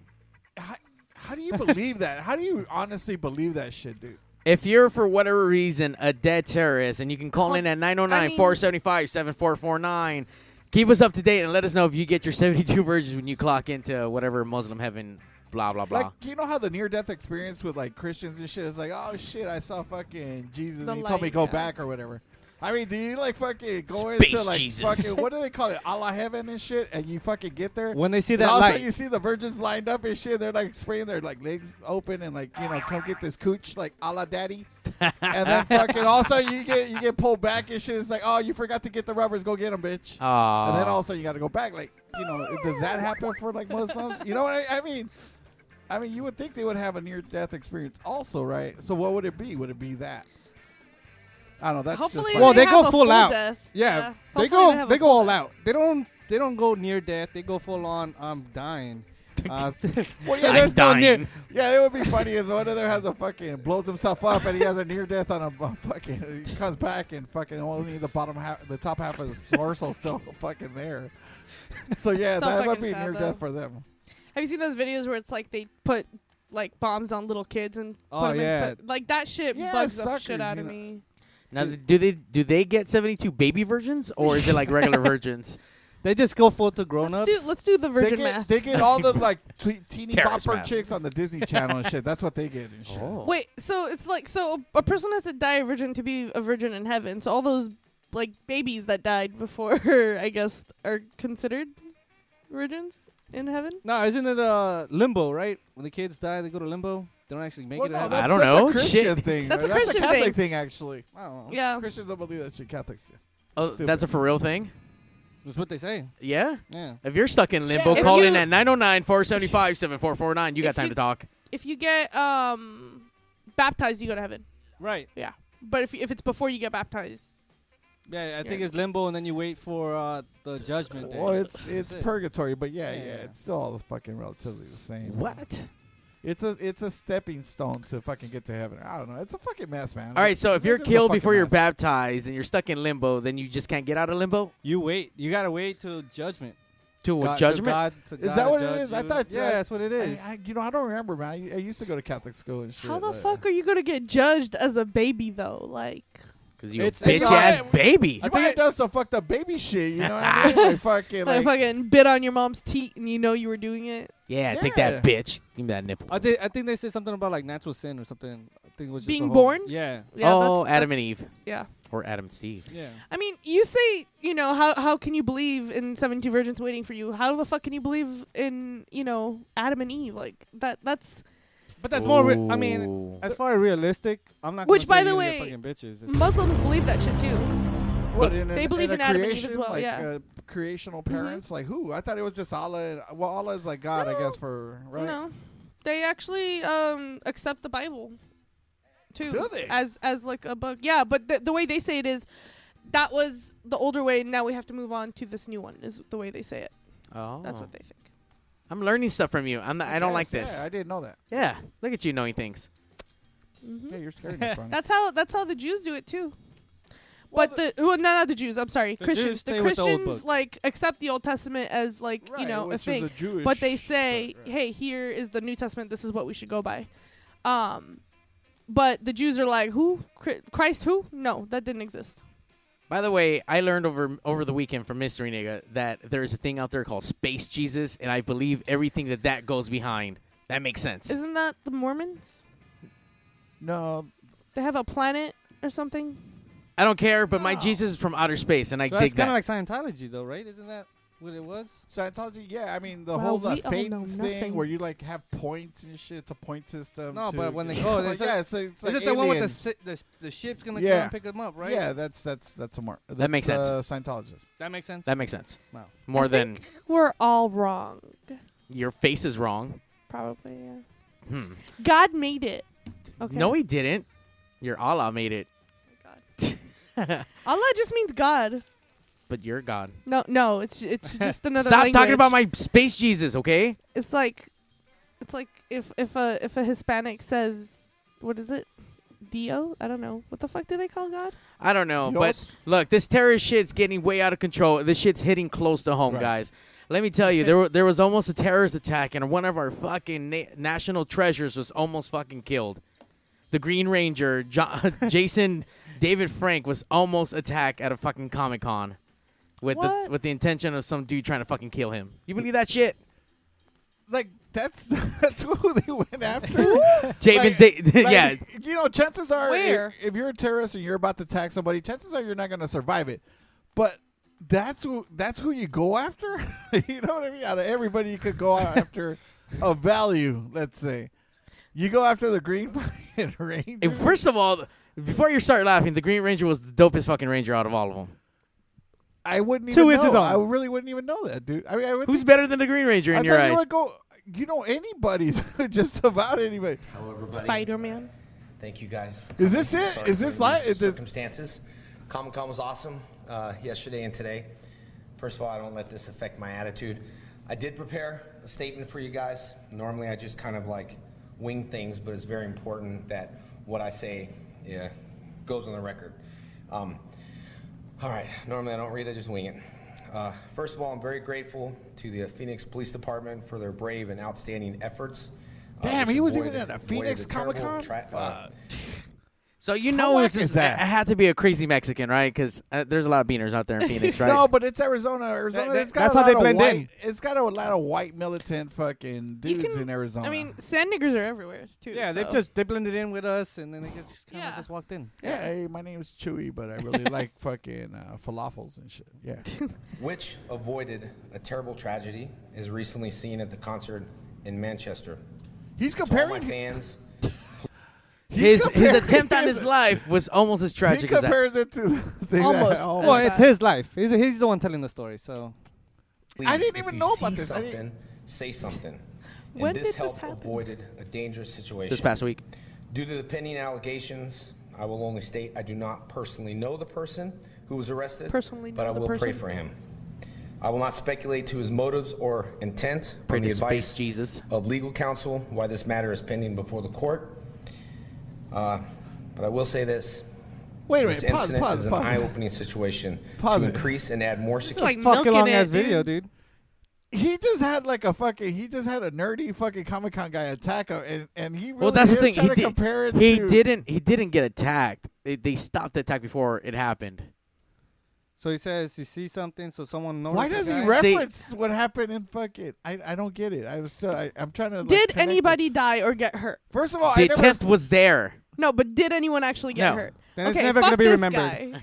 Speaker 6: how, how do you believe that? How do you honestly believe that shit, dude?
Speaker 5: If you're, for whatever reason, a dead terrorist and you can call
Speaker 3: Well,
Speaker 5: in at
Speaker 3: I
Speaker 5: 909
Speaker 3: mean-
Speaker 5: 475 7449, keep us up to date and let us know if you get your 72 virgins when you clock into whatever Muslim heaven, blah, blah, blah.
Speaker 6: Like, you know how the near death experience with like Christians and shit is like, oh shit, I saw fucking Jesus
Speaker 3: The
Speaker 6: and he told me
Speaker 3: light,
Speaker 6: go
Speaker 3: yeah.
Speaker 6: back or whatever. I mean, do you like fucking go into
Speaker 5: Space
Speaker 6: like
Speaker 5: Jesus.
Speaker 6: fucking what do they call it, Allah heaven and shit, and you fucking get there?
Speaker 7: When they see
Speaker 6: and
Speaker 7: that
Speaker 6: all of a
Speaker 7: light,
Speaker 6: sudden you see the virgins lined up and shit. They're like spraying their like legs open and like you know come get this cooch like Allah daddy, and then fucking all of a sudden you get you get pulled back and shit. It's like oh you forgot to get the rubbers, go get them, bitch.
Speaker 5: Aw.
Speaker 6: and then all of a sudden you got to go back. Like you know, does that happen for like Muslims? You know what I, I mean? I mean, you would think they would have a near death experience also, right? So what would it be? Would it be that? I don't know. That's just
Speaker 3: Hopefully
Speaker 6: my-
Speaker 7: well, they,
Speaker 3: they
Speaker 7: go
Speaker 3: have a
Speaker 7: full,
Speaker 3: full
Speaker 7: out.
Speaker 3: death. Yeah.
Speaker 7: Yeah,
Speaker 3: Hopefully
Speaker 7: they
Speaker 3: they
Speaker 7: go
Speaker 3: have
Speaker 7: they,
Speaker 3: a
Speaker 7: go
Speaker 3: full
Speaker 7: all
Speaker 3: death.
Speaker 7: out. They don't they don't go near death. They go full on. I'm dying. Uh, so
Speaker 6: yeah,
Speaker 5: I'm
Speaker 7: there's no near.
Speaker 5: dying.
Speaker 6: Yeah, it would be funny if one of them has a fucking blows himself up and he has a near death on a, a fucking. He comes back and fucking only the bottom half, the top half of his torso is still fucking there. So yeah,
Speaker 3: So
Speaker 6: that would
Speaker 3: fucking
Speaker 6: be
Speaker 3: sad,
Speaker 6: near
Speaker 3: though.
Speaker 6: death for them.
Speaker 3: Have you seen those videos where it's like they put like bombs on little kids and
Speaker 7: Oh,
Speaker 3: put 'em
Speaker 7: yeah.
Speaker 3: in, but, like that shit
Speaker 6: Yeah,
Speaker 3: bugs the
Speaker 6: suckers,
Speaker 3: shit out
Speaker 6: you
Speaker 3: of
Speaker 6: know.
Speaker 3: me.
Speaker 5: Now, do they do they get seventy two baby virgins or is it like regular virgins?
Speaker 7: They just go full to grown
Speaker 3: Let's
Speaker 7: ups.
Speaker 3: do let's do the
Speaker 6: They
Speaker 3: virgin
Speaker 6: get,
Speaker 3: math.
Speaker 6: they get all the like te- teeny
Speaker 5: Terrorist
Speaker 6: bopper
Speaker 5: math.
Speaker 6: chicks on the Disney Channel and shit. That's what they get. And shit.
Speaker 3: Wait, so it's like so a person has to die a virgin to be a virgin in heaven. So all those like babies that died before, I guess, are considered virgins in heaven.
Speaker 7: No, isn't it uh limbo, right? When the kids die, they go to limbo. They don't actually make
Speaker 6: Well,
Speaker 7: it
Speaker 6: no,
Speaker 7: out.
Speaker 6: that's-
Speaker 5: don't
Speaker 6: that's
Speaker 5: know.
Speaker 6: A Christian
Speaker 5: Shit.
Speaker 6: thing.
Speaker 3: That's a Christian
Speaker 6: Catholic
Speaker 3: thing.
Speaker 6: actually.
Speaker 7: I don't know.
Speaker 3: Yeah.
Speaker 6: Christians don't believe that shit. Catholics. do.
Speaker 5: Oh,
Speaker 6: Stupid.
Speaker 5: that's a for real thing.
Speaker 7: That's what they say.
Speaker 5: Yeah.
Speaker 7: Yeah.
Speaker 5: If you're stuck in limbo,
Speaker 3: If
Speaker 5: call in
Speaker 3: you-
Speaker 5: at 909-475-7449. You got
Speaker 3: If
Speaker 5: time
Speaker 3: you-
Speaker 5: to talk.
Speaker 3: If you get um baptized, you go to heaven.
Speaker 7: Right.
Speaker 3: But if if it's before you get baptized,
Speaker 7: Yeah, I think it's limbo, and then you wait for uh, the judgment day.
Speaker 6: Well, it's it's
Speaker 7: it.
Speaker 6: purgatory, but yeah, yeah,
Speaker 7: Yeah, yeah.
Speaker 6: it's still all fucking relatively the same.
Speaker 5: What?
Speaker 6: It's a it's a stepping stone to fucking get to heaven. I don't know. It's a fucking mess, man.
Speaker 5: All right, so if
Speaker 6: It's
Speaker 5: you're
Speaker 6: just a
Speaker 5: killed
Speaker 6: fucking
Speaker 5: before you're
Speaker 6: mess.
Speaker 5: baptized and you're stuck in limbo, then you just can't get out of limbo
Speaker 7: you wait. You gotta wait till judgment.
Speaker 5: to
Speaker 7: God-
Speaker 5: a
Speaker 7: to
Speaker 5: judgment.
Speaker 7: God- to
Speaker 6: Is
Speaker 7: God
Speaker 6: that
Speaker 7: to
Speaker 6: what it
Speaker 7: judge
Speaker 6: is? I
Speaker 7: you.
Speaker 6: thought-
Speaker 7: Yeah,
Speaker 6: I-
Speaker 7: that's what it is.
Speaker 6: I, I, you know, I don't remember, man. I, I used to go to Catholic school and shit.
Speaker 3: how the
Speaker 6: but- uh,
Speaker 3: fuck are you gonna get judged as a baby though? Like
Speaker 5: Because you
Speaker 7: It's-
Speaker 5: bitch
Speaker 7: it's
Speaker 5: ass
Speaker 6: alright.
Speaker 5: baby.
Speaker 6: You might have done some fucked up baby shit. You know what I mean? Like fucking like.
Speaker 3: like, fucking bit on your mom's teat and you know you were doing it.
Speaker 5: Yeah, take
Speaker 6: Yeah.
Speaker 5: that bitch. Give me that nipple.
Speaker 7: I think I think they said something about like natural sin or something. I think it was just a
Speaker 3: Being
Speaker 7: whole-
Speaker 3: born?
Speaker 7: Yeah,
Speaker 3: Yeah,
Speaker 5: oh,
Speaker 3: that's-
Speaker 5: Adam and
Speaker 3: that's-
Speaker 5: Eve.
Speaker 3: Yeah.
Speaker 5: Or Adam and Steve.
Speaker 7: yeah.
Speaker 3: I mean, you say, you know, how how can you believe in 72 virgins waiting for you? How the fuck can you believe in, you know, Adam and Eve? Like that that's
Speaker 7: But that's more. Re- I mean, as far as realistic, I'm not.
Speaker 3: Which,
Speaker 7: gonna
Speaker 3: by
Speaker 7: say
Speaker 3: the
Speaker 7: you're
Speaker 3: way,
Speaker 7: fucking bitches. It's-
Speaker 3: Muslims believe that shit too.
Speaker 6: What, in a-
Speaker 3: They believe
Speaker 6: a
Speaker 3: in Adam and Eve as
Speaker 6: creation?
Speaker 3: well,
Speaker 6: Like,
Speaker 3: yeah. Mm-hmm.
Speaker 6: uh, creational parents, like who? I thought it was just Allah. And, well, Allah is like God, I
Speaker 3: No.
Speaker 6: guess, for right.
Speaker 3: No. They actually um accept the Bible too
Speaker 6: Do they?
Speaker 3: as as like a book. Yeah, but the, the way they say it is that was the older way and now we have to move on to this new one is the way they say it.
Speaker 5: oh.
Speaker 3: That's what they think.
Speaker 5: I'm learning stuff from you. I'm not, I, don't like
Speaker 6: guess, yeah,
Speaker 5: this.
Speaker 6: I didn't know that.
Speaker 5: yeah. Look at you knowing things.
Speaker 3: Mhm.
Speaker 6: Yeah, you're scared. me, Frank.
Speaker 3: That's how that's how the Jews do it too.
Speaker 6: Well,
Speaker 3: but the, well, no, not the Jews. I'm sorry,
Speaker 7: The
Speaker 3: Christians.
Speaker 7: Jews
Speaker 3: the
Speaker 7: stay with the old
Speaker 3: Christians
Speaker 7: book.
Speaker 3: like accept the Old Testament as like you
Speaker 6: Right,
Speaker 3: know a
Speaker 6: which
Speaker 3: thing,
Speaker 6: Is a Jewish,
Speaker 3: but they say,
Speaker 6: right.
Speaker 3: hey, here is the New Testament. This is what we should go by. Um, but the Jews are like, who Chri- Christ? Who? No, that didn't exist.
Speaker 5: By the way, I learned over over the weekend from Mystery Nigga that there's a thing out there called Space Jesus, and I believe everything that that goes behind. That makes sense.
Speaker 3: Isn't that the Mormons?
Speaker 6: no.
Speaker 3: They have a planet or something.
Speaker 5: I don't care, but my Jesus is from outer space, and I
Speaker 7: so
Speaker 5: dig
Speaker 7: that's
Speaker 5: that.
Speaker 7: kind of like Scientology, though, right? Isn't that what it was?
Speaker 6: Scientology, yeah, I mean the
Speaker 3: Well,
Speaker 6: whole the
Speaker 3: we all
Speaker 6: fate
Speaker 3: know
Speaker 6: thing
Speaker 3: nothing.
Speaker 6: where you like have points and shit. It's a point system.
Speaker 7: No,
Speaker 6: to-
Speaker 7: but when they go,
Speaker 6: like,
Speaker 7: it's like-
Speaker 6: yeah, it's like, it's
Speaker 7: Is
Speaker 6: like
Speaker 7: it the one with the,
Speaker 6: aliens.
Speaker 7: si- the s- the ship's gonna
Speaker 6: Yeah.
Speaker 7: come and pick them up, right?
Speaker 6: Yeah, that's that's that's a mark.
Speaker 5: That makes
Speaker 6: that's,
Speaker 5: sense.
Speaker 6: Uh, Scientologist.
Speaker 7: that makes sense.
Speaker 5: that makes sense.
Speaker 7: Wow.
Speaker 5: More
Speaker 3: I
Speaker 5: than
Speaker 3: think we're all wrong.
Speaker 5: your face is wrong.
Speaker 3: Probably. Yeah.
Speaker 5: Hmm.
Speaker 3: God made it. Okay.
Speaker 5: No, he didn't. Your Allah made it,
Speaker 3: God. Allah just means God.
Speaker 5: but you're God.
Speaker 3: No, no, it's it's just another.
Speaker 5: Stop
Speaker 3: language.
Speaker 5: talking about my space Jesus, okay?
Speaker 3: It's like, it's like if if a if a Hispanic says, what is it, Dio? I don't know. What the fuck do they call God?
Speaker 5: I don't know,
Speaker 6: Dios.
Speaker 5: but look, this terrorist shit's getting way out of control. This shit's hitting close to home,
Speaker 6: Right.
Speaker 5: guys. Let me tell you, there wa- there was almost a terrorist attack, and one of our fucking na- national treasures was almost fucking killed. The Green Ranger, jo- Jason David Frank, was almost attacked at a fucking Comic Con with the
Speaker 3: What?
Speaker 5: with the intention of some dude trying to fucking kill him. You believe that shit?
Speaker 6: Like that's that's who they went after.
Speaker 5: Jamin,
Speaker 6: Like-
Speaker 5: they,
Speaker 6: Like,
Speaker 5: yeah,
Speaker 6: You know, chances are, if,
Speaker 3: Where?
Speaker 6: if you're a terrorist and you're about to attack somebody, chances are you're not going to survive it. But that's who that's who you go after. you know what I mean? Out of everybody, you could go out after a value. Let's say you go after the Green fucking Ranger.
Speaker 5: And first of all, before you start laughing, the Green Ranger was the dopest fucking ranger out of all of them.
Speaker 6: I wouldn't
Speaker 7: Two
Speaker 6: even
Speaker 7: inches
Speaker 6: know.
Speaker 7: on.
Speaker 6: I really wouldn't even know that, dude. I mean, I would.
Speaker 5: Who's better than the Green Ranger
Speaker 6: I
Speaker 5: in
Speaker 6: thought
Speaker 5: your
Speaker 6: you
Speaker 5: eyes?
Speaker 6: would go. You know anybody? just about anybody.
Speaker 10: Hello, everybody.
Speaker 3: Spider Man.
Speaker 10: Thank you guys. For
Speaker 6: Is
Speaker 10: coming.
Speaker 6: this it?
Speaker 10: Sorry
Speaker 6: Is
Speaker 10: for
Speaker 6: this
Speaker 10: these
Speaker 6: li- is this-
Speaker 10: circumstances? Comic Con was awesome uh, yesterday and today. First of all, I don't let this affect my attitude. I did prepare a statement for you guys. Normally, I just kind of like wing things, but it's very important that what I say yeah, goes on the record. Um, all right. Normally I don't read. I just wing it. Uh, first of all, I'm very grateful to the Phoenix Police Department for their brave and outstanding efforts. Uh,
Speaker 6: Damn,
Speaker 10: which
Speaker 6: he was even
Speaker 10: avoided-
Speaker 6: at a
Speaker 10: avoided
Speaker 6: Phoenix
Speaker 10: the terrible
Speaker 6: Comic-Con?
Speaker 10: tra- uh,
Speaker 5: So you know
Speaker 6: whack
Speaker 5: it's
Speaker 6: is
Speaker 5: just,
Speaker 6: that?
Speaker 5: I had to be a crazy Mexican, right? Because uh, there's a lot of beaners out there in Phoenix, right?
Speaker 6: No, but it's Arizona. Arizona.
Speaker 7: that-
Speaker 6: it's got
Speaker 7: that's
Speaker 6: a lot
Speaker 7: how they
Speaker 6: of
Speaker 7: blend
Speaker 6: white,
Speaker 7: in.
Speaker 6: It's got a lot of white militant fucking
Speaker 3: You
Speaker 6: dudes
Speaker 3: can-
Speaker 6: in Arizona.
Speaker 3: I mean, sand niggers are everywhere too.
Speaker 7: Yeah,
Speaker 3: so.
Speaker 7: they just they blended in with us, and then they just, just kind of
Speaker 3: Oh. Yeah.
Speaker 7: just walked in.
Speaker 6: Yeah, hey, my name's Chewy, but I really like fucking uh, falafels and shit. Yeah.
Speaker 10: which avoided a terrible tragedy as recently seen at the concert in Manchester.
Speaker 6: He's
Speaker 10: To all my
Speaker 6: comparing
Speaker 10: fans,
Speaker 6: he's
Speaker 5: his his
Speaker 6: comparing
Speaker 5: attempt on his life was almost as
Speaker 6: He
Speaker 5: tragic as that.
Speaker 6: compares it to the thing that-
Speaker 3: Almost.
Speaker 6: almost.
Speaker 7: Well, it's his life. He's he's the one telling the story. So
Speaker 10: please,
Speaker 6: I didn't
Speaker 10: if
Speaker 6: even
Speaker 10: you
Speaker 6: know
Speaker 10: see
Speaker 6: about this. I didn't-
Speaker 10: Something, say something. And
Speaker 3: When
Speaker 10: this
Speaker 3: did this
Speaker 10: helped
Speaker 3: happen?
Speaker 10: avoided a dangerous situation.
Speaker 5: This past week,
Speaker 10: Due to the pending allegations, I will only state I do not personally know the person who was arrested.
Speaker 3: Personally
Speaker 10: but
Speaker 3: know
Speaker 10: I
Speaker 3: the
Speaker 10: will pray
Speaker 3: person?
Speaker 10: for him. I will not speculate to his motives or intent
Speaker 5: Pray
Speaker 10: on
Speaker 5: to
Speaker 10: the
Speaker 5: space
Speaker 10: advice
Speaker 5: Jesus.
Speaker 10: of legal counsel why this matter is pending before the court. Uh, but I will say this.
Speaker 6: Wait a
Speaker 10: This
Speaker 6: minute. Pause.
Speaker 10: incident is
Speaker 6: Pause.
Speaker 10: an
Speaker 6: Pause.
Speaker 10: eye-opening situation
Speaker 6: Pause
Speaker 10: to
Speaker 6: it.
Speaker 10: increase and add more security.
Speaker 3: like
Speaker 7: fucking
Speaker 3: milking
Speaker 7: long
Speaker 3: it,
Speaker 7: ass
Speaker 3: dude.
Speaker 7: video, dude.
Speaker 6: He just had like a fucking. He just had a nerdy fucking Comic Con guy attack him, and and he really
Speaker 5: well, that's the
Speaker 6: is
Speaker 5: thing.
Speaker 6: trying
Speaker 5: He,
Speaker 6: to
Speaker 5: did,
Speaker 6: compare it
Speaker 5: he
Speaker 6: to-
Speaker 5: didn't. He didn't get attacked. They, they stopped the attack before it happened.
Speaker 7: So he says he sees something, so someone knows.
Speaker 6: Why does he
Speaker 5: guy. See-
Speaker 6: reference what happened in fucking? I I don't get it. I was still. I, I'm trying to. Like,
Speaker 3: Did
Speaker 6: connect it.
Speaker 3: anybody die or get hurt?
Speaker 6: First of all, I
Speaker 5: The
Speaker 6: never
Speaker 5: attempt was there.
Speaker 3: No, but did anyone actually get
Speaker 5: No.
Speaker 3: hurt?
Speaker 7: Then it's
Speaker 3: okay,
Speaker 7: never
Speaker 3: fuck
Speaker 7: gonna be
Speaker 3: this
Speaker 7: remembered.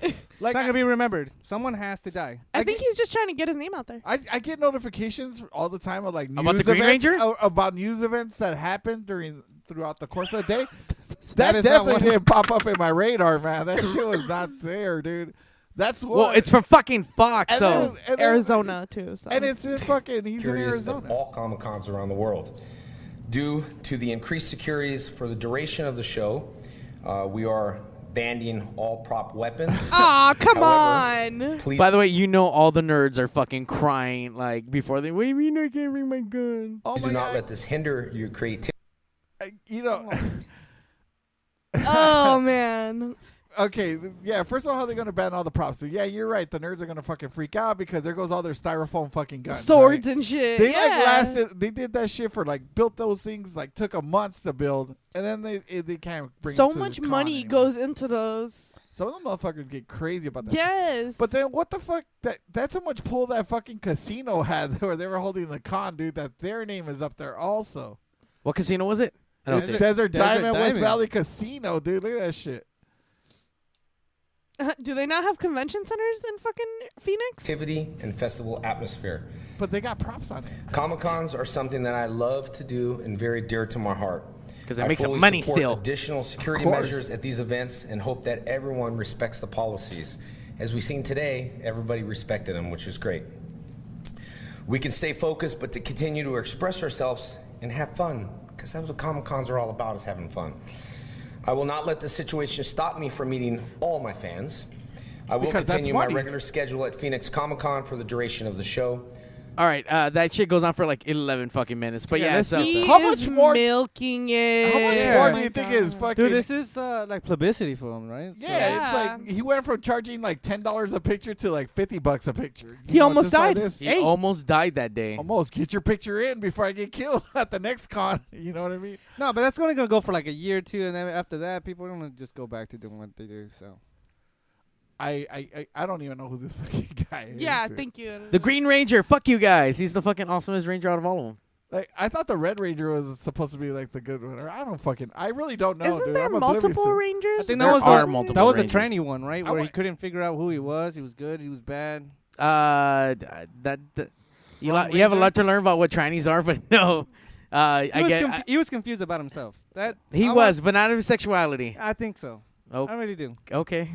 Speaker 3: guy.
Speaker 6: like.
Speaker 7: it's not gonna be remembered. Someone has to die.
Speaker 3: I think he's just trying to get his name out there.
Speaker 6: I, I get notifications all the time of like news
Speaker 5: About the Green
Speaker 6: events,
Speaker 5: Ranger?
Speaker 6: a- about news events that happen during throughout the course of the day. that
Speaker 7: That is not
Speaker 6: definitely
Speaker 7: one-
Speaker 6: didn't pop up in my radar, man. That shit was not there, dude. That's what.
Speaker 5: Well, it's from fucking Fox.
Speaker 6: And
Speaker 5: So
Speaker 6: then- and then-
Speaker 3: Arizona too. So.
Speaker 6: and it's in fucking. He's in
Speaker 10: curious of
Speaker 6: Arizona.
Speaker 10: all Comic Cons around the world. Due to the increased securities for the duration of the show, uh, we are banning all prop weapons.
Speaker 3: Aw, come
Speaker 10: However,
Speaker 3: on.
Speaker 10: Please
Speaker 5: By the way, you know all the nerds are fucking crying like before they. What do you mean I can't bring my gun?
Speaker 6: Oh
Speaker 10: do
Speaker 6: my
Speaker 10: not
Speaker 6: God.
Speaker 10: let this hinder your creativity.
Speaker 6: I- you know.
Speaker 3: oh man.
Speaker 6: Okay, th- yeah. First of all, how they're gonna ban all the props? So yeah, you're right. The nerds are gonna fucking freak out because there goes all their styrofoam fucking guns,
Speaker 3: Swords
Speaker 6: right?
Speaker 3: and shit.
Speaker 6: They
Speaker 3: yeah.
Speaker 6: like lasted. They did that shit for like built those things like took a months to build, and then they it- they can't bring.
Speaker 3: so
Speaker 6: them to
Speaker 3: much
Speaker 6: the con
Speaker 3: money
Speaker 6: anymore.
Speaker 3: goes into those.
Speaker 6: Some of them motherfuckers get crazy about that. shit.
Speaker 3: Yes.
Speaker 6: But then what the fuck? That that's how much pull that fucking casino had where they were holding the con, dude. That their name is up there also.
Speaker 5: What casino was it? I don't
Speaker 6: It's
Speaker 5: think.
Speaker 6: Desert,
Speaker 7: Desert
Speaker 6: Diamond, West
Speaker 7: Diamond.
Speaker 6: Valley Casino, dude. Look at that shit.
Speaker 3: Uh, do they not have convention centers in fucking Phoenix?
Speaker 10: Activity and festival atmosphere.
Speaker 6: But they got props on it.
Speaker 10: Comic Cons are something that I love to do and very dear to my heart.
Speaker 5: 'Cause it makes some
Speaker 10: fully
Speaker 5: money
Speaker 10: support
Speaker 5: still.
Speaker 10: Additional security
Speaker 6: course.
Speaker 10: measures at these events and hope that everyone respects the policies. As we've seen today, everybody respected them, which is great. We can stay focused, but to continue to express ourselves and have fun, because that's what Comic Cons are all about, is having fun. I will not let this situation stop me from meeting all my fans. I will
Speaker 6: Because that's
Speaker 10: continue my
Speaker 6: money.
Speaker 10: regular schedule at Phoenix Comic Con for the duration of the show.
Speaker 5: All right, uh, that shit goes on for like eleven fucking minutes. But yeah,
Speaker 7: let's
Speaker 5: so
Speaker 3: He
Speaker 6: How
Speaker 3: is
Speaker 6: much more-
Speaker 3: milking it?
Speaker 6: How much
Speaker 7: Yeah.
Speaker 6: more
Speaker 7: Oh
Speaker 6: do
Speaker 7: my
Speaker 6: you think is fucking?
Speaker 7: Dude, this is uh, like publicity for him, right? So-
Speaker 6: yeah, it's like he went from charging like ten dollars a picture to like fifty bucks a picture. You
Speaker 3: He almost
Speaker 6: just by
Speaker 3: died.
Speaker 6: this-
Speaker 5: he
Speaker 3: Hey.
Speaker 5: almost died that day.
Speaker 6: Almost get your picture in before I get killed at the next con. You know what I mean?
Speaker 7: no, but that's only gonna go for like a year or two, and then after that, people are gonna just go back to doing what they do. So
Speaker 6: I I, I, I don't even know who this fucking guy is.
Speaker 3: Yeah,
Speaker 6: dude.
Speaker 3: thank you.
Speaker 5: The Green Ranger, fuck you guys. He's the fucking awesomest ranger out of all of them.
Speaker 6: Like I thought the Red Ranger was supposed to be like the good one, or I don't fucking. I really don't know.
Speaker 3: Isn't
Speaker 6: dude.
Speaker 3: there
Speaker 6: I'm oblivious
Speaker 3: multiple
Speaker 6: to-
Speaker 3: rangers?
Speaker 7: I think
Speaker 5: There
Speaker 7: that was
Speaker 5: are
Speaker 7: the,
Speaker 5: multiple
Speaker 7: that was the
Speaker 5: Rangers.
Speaker 7: tranny one, right?
Speaker 6: I
Speaker 7: Where he
Speaker 6: want-
Speaker 7: couldn't figure out who he was. He was good. He was bad.
Speaker 5: Uh, d- uh, that, that you,
Speaker 7: Lone
Speaker 5: lo- you have a
Speaker 7: Ranger?
Speaker 5: lot to learn about what Chinese are, but no, uh,
Speaker 7: He
Speaker 5: I
Speaker 7: was,
Speaker 5: get
Speaker 7: conf-
Speaker 5: I-
Speaker 7: he was confused about himself. That
Speaker 5: he
Speaker 7: I wa-
Speaker 5: was, but not of his sexuality.
Speaker 7: I think so.
Speaker 5: Oh,
Speaker 7: I really do.
Speaker 5: okay.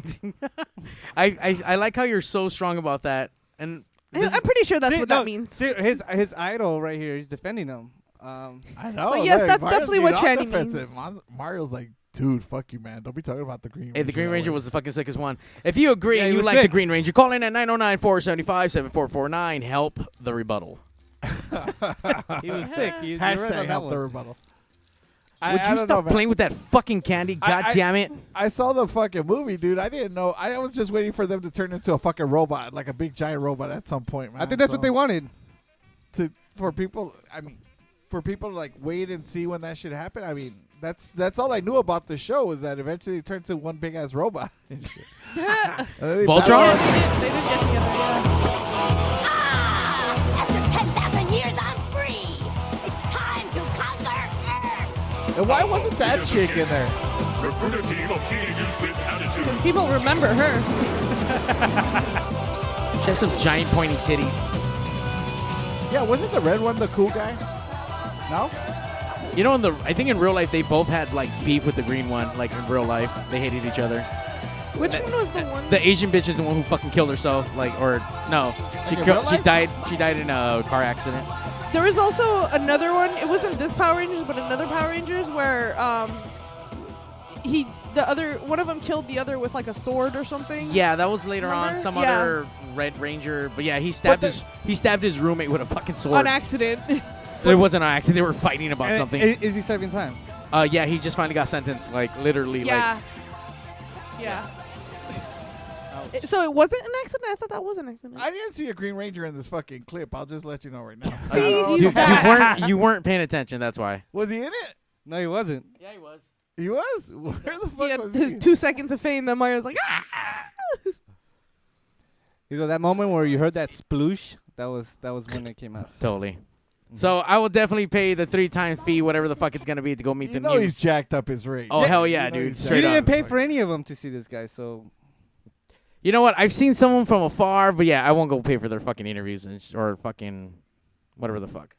Speaker 5: I, I I like how you're so strong about that, and
Speaker 3: I-
Speaker 5: this
Speaker 3: I'm pretty sure that's
Speaker 7: See,
Speaker 3: what
Speaker 7: no,
Speaker 3: that means.
Speaker 7: see, his his idol right here. He's defending him. Um,
Speaker 6: I know.
Speaker 3: But yes,
Speaker 6: like,
Speaker 3: that's
Speaker 6: Oh, Mario's
Speaker 3: definitely
Speaker 6: getting
Speaker 3: what
Speaker 6: all
Speaker 3: tranny
Speaker 6: defensive.
Speaker 3: means.
Speaker 6: Mon- Mario's like, dude, fuck you, man. Don't be talking about the Green Ranger.
Speaker 5: Hey, the Green
Speaker 6: that
Speaker 5: Ranger
Speaker 6: way."
Speaker 5: was the fucking sickest one. If you agree
Speaker 7: Yeah, he
Speaker 5: and you
Speaker 7: was
Speaker 5: like the
Speaker 7: sick.
Speaker 5: Green Ranger, call in at 909 475 7449. Help the rebuttal.
Speaker 7: he was sick. You- you're right
Speaker 6: hashtag
Speaker 7: about that
Speaker 6: help the
Speaker 7: one.
Speaker 6: rebuttal.
Speaker 5: Would
Speaker 6: I,
Speaker 5: you
Speaker 6: I don't know,
Speaker 5: stop
Speaker 6: man.
Speaker 5: playing with that fucking candy? God
Speaker 6: I-
Speaker 5: damn it.
Speaker 6: I saw the fucking movie, dude. I didn't know. I was just waiting for them to turn into a fucking robot, like a big giant robot at some point, man.
Speaker 7: I think that's
Speaker 6: So,
Speaker 7: what they wanted.
Speaker 6: to for people. I mean, for people to like wait and see when that shit happened. I mean, that's that's all I knew about the show was that eventually it turned to one big ass robot. and shit. And then they
Speaker 5: Voltron?
Speaker 6: battle-
Speaker 3: They didn't, they didn't get together. yeah.
Speaker 11: Ah, After 10,000 years, I'm free! It's time to conquer Earth!
Speaker 6: And why wasn't that chick in there?
Speaker 3: Because people remember her.
Speaker 5: She has some giant pointy titties.
Speaker 6: Yeah, wasn't the red one the cool guy? No.
Speaker 5: You know, in the I think in real life, they both had like beef with the green one, like in real life. They hated each other.
Speaker 3: Which one was the one?
Speaker 5: The Asian bitch is the one who fucking killed herself, like, or no. She,
Speaker 6: in
Speaker 5: killed,
Speaker 6: real
Speaker 5: she
Speaker 6: life?
Speaker 5: died She died in a car accident.
Speaker 3: There was also another one. It wasn't this Power Rangers, but another Power Rangers where um he the other one of them killed the other with like a sword or something.
Speaker 5: Yeah, that was later on.
Speaker 3: Remember?
Speaker 5: Some
Speaker 3: Yeah.
Speaker 5: other Red Ranger. But yeah, he stabbed,
Speaker 3: the-
Speaker 5: his, he stabbed his roommate with a fucking sword.
Speaker 3: on accident.
Speaker 5: It wasn't an accident. They were fighting about
Speaker 7: And
Speaker 5: something.
Speaker 7: i- Is he serving time?
Speaker 5: Uh, yeah, he just finally got sentenced, like literally,
Speaker 3: yeah. Yeah. It- So it wasn't an accident. I thought that was an accident.
Speaker 6: I didn't see a Green Ranger in this fucking clip. I'll just let you know right now.
Speaker 3: See,
Speaker 5: like
Speaker 3: he's
Speaker 5: you, you
Speaker 3: back.
Speaker 5: weren't you weren't paying attention. That's why.
Speaker 6: Was he in it?
Speaker 7: No, he wasn't.
Speaker 5: Yeah, he was.
Speaker 6: He was. Where the
Speaker 3: he
Speaker 6: fuck
Speaker 3: had
Speaker 6: was
Speaker 3: his
Speaker 6: he?
Speaker 3: two seconds of fame. Then Mario's like, ah.
Speaker 7: You know that moment where you heard that sploosh? That was that was when it came out.
Speaker 5: Totally. So I will definitely pay the three time fee, whatever the fuck it's gonna be, to go meet
Speaker 6: you
Speaker 5: the
Speaker 6: know
Speaker 5: new.
Speaker 6: he's jacked up his rate.
Speaker 5: oh hell yeah,
Speaker 6: you know
Speaker 5: dude!
Speaker 6: he's
Speaker 7: You
Speaker 5: Straight
Speaker 7: didn't
Speaker 5: up.
Speaker 7: pay for any of them to see this guy, so
Speaker 5: You know what? I've seen someone from afar, but yeah, I won't go pay for their fucking interviews and sh- or fucking whatever the fuck.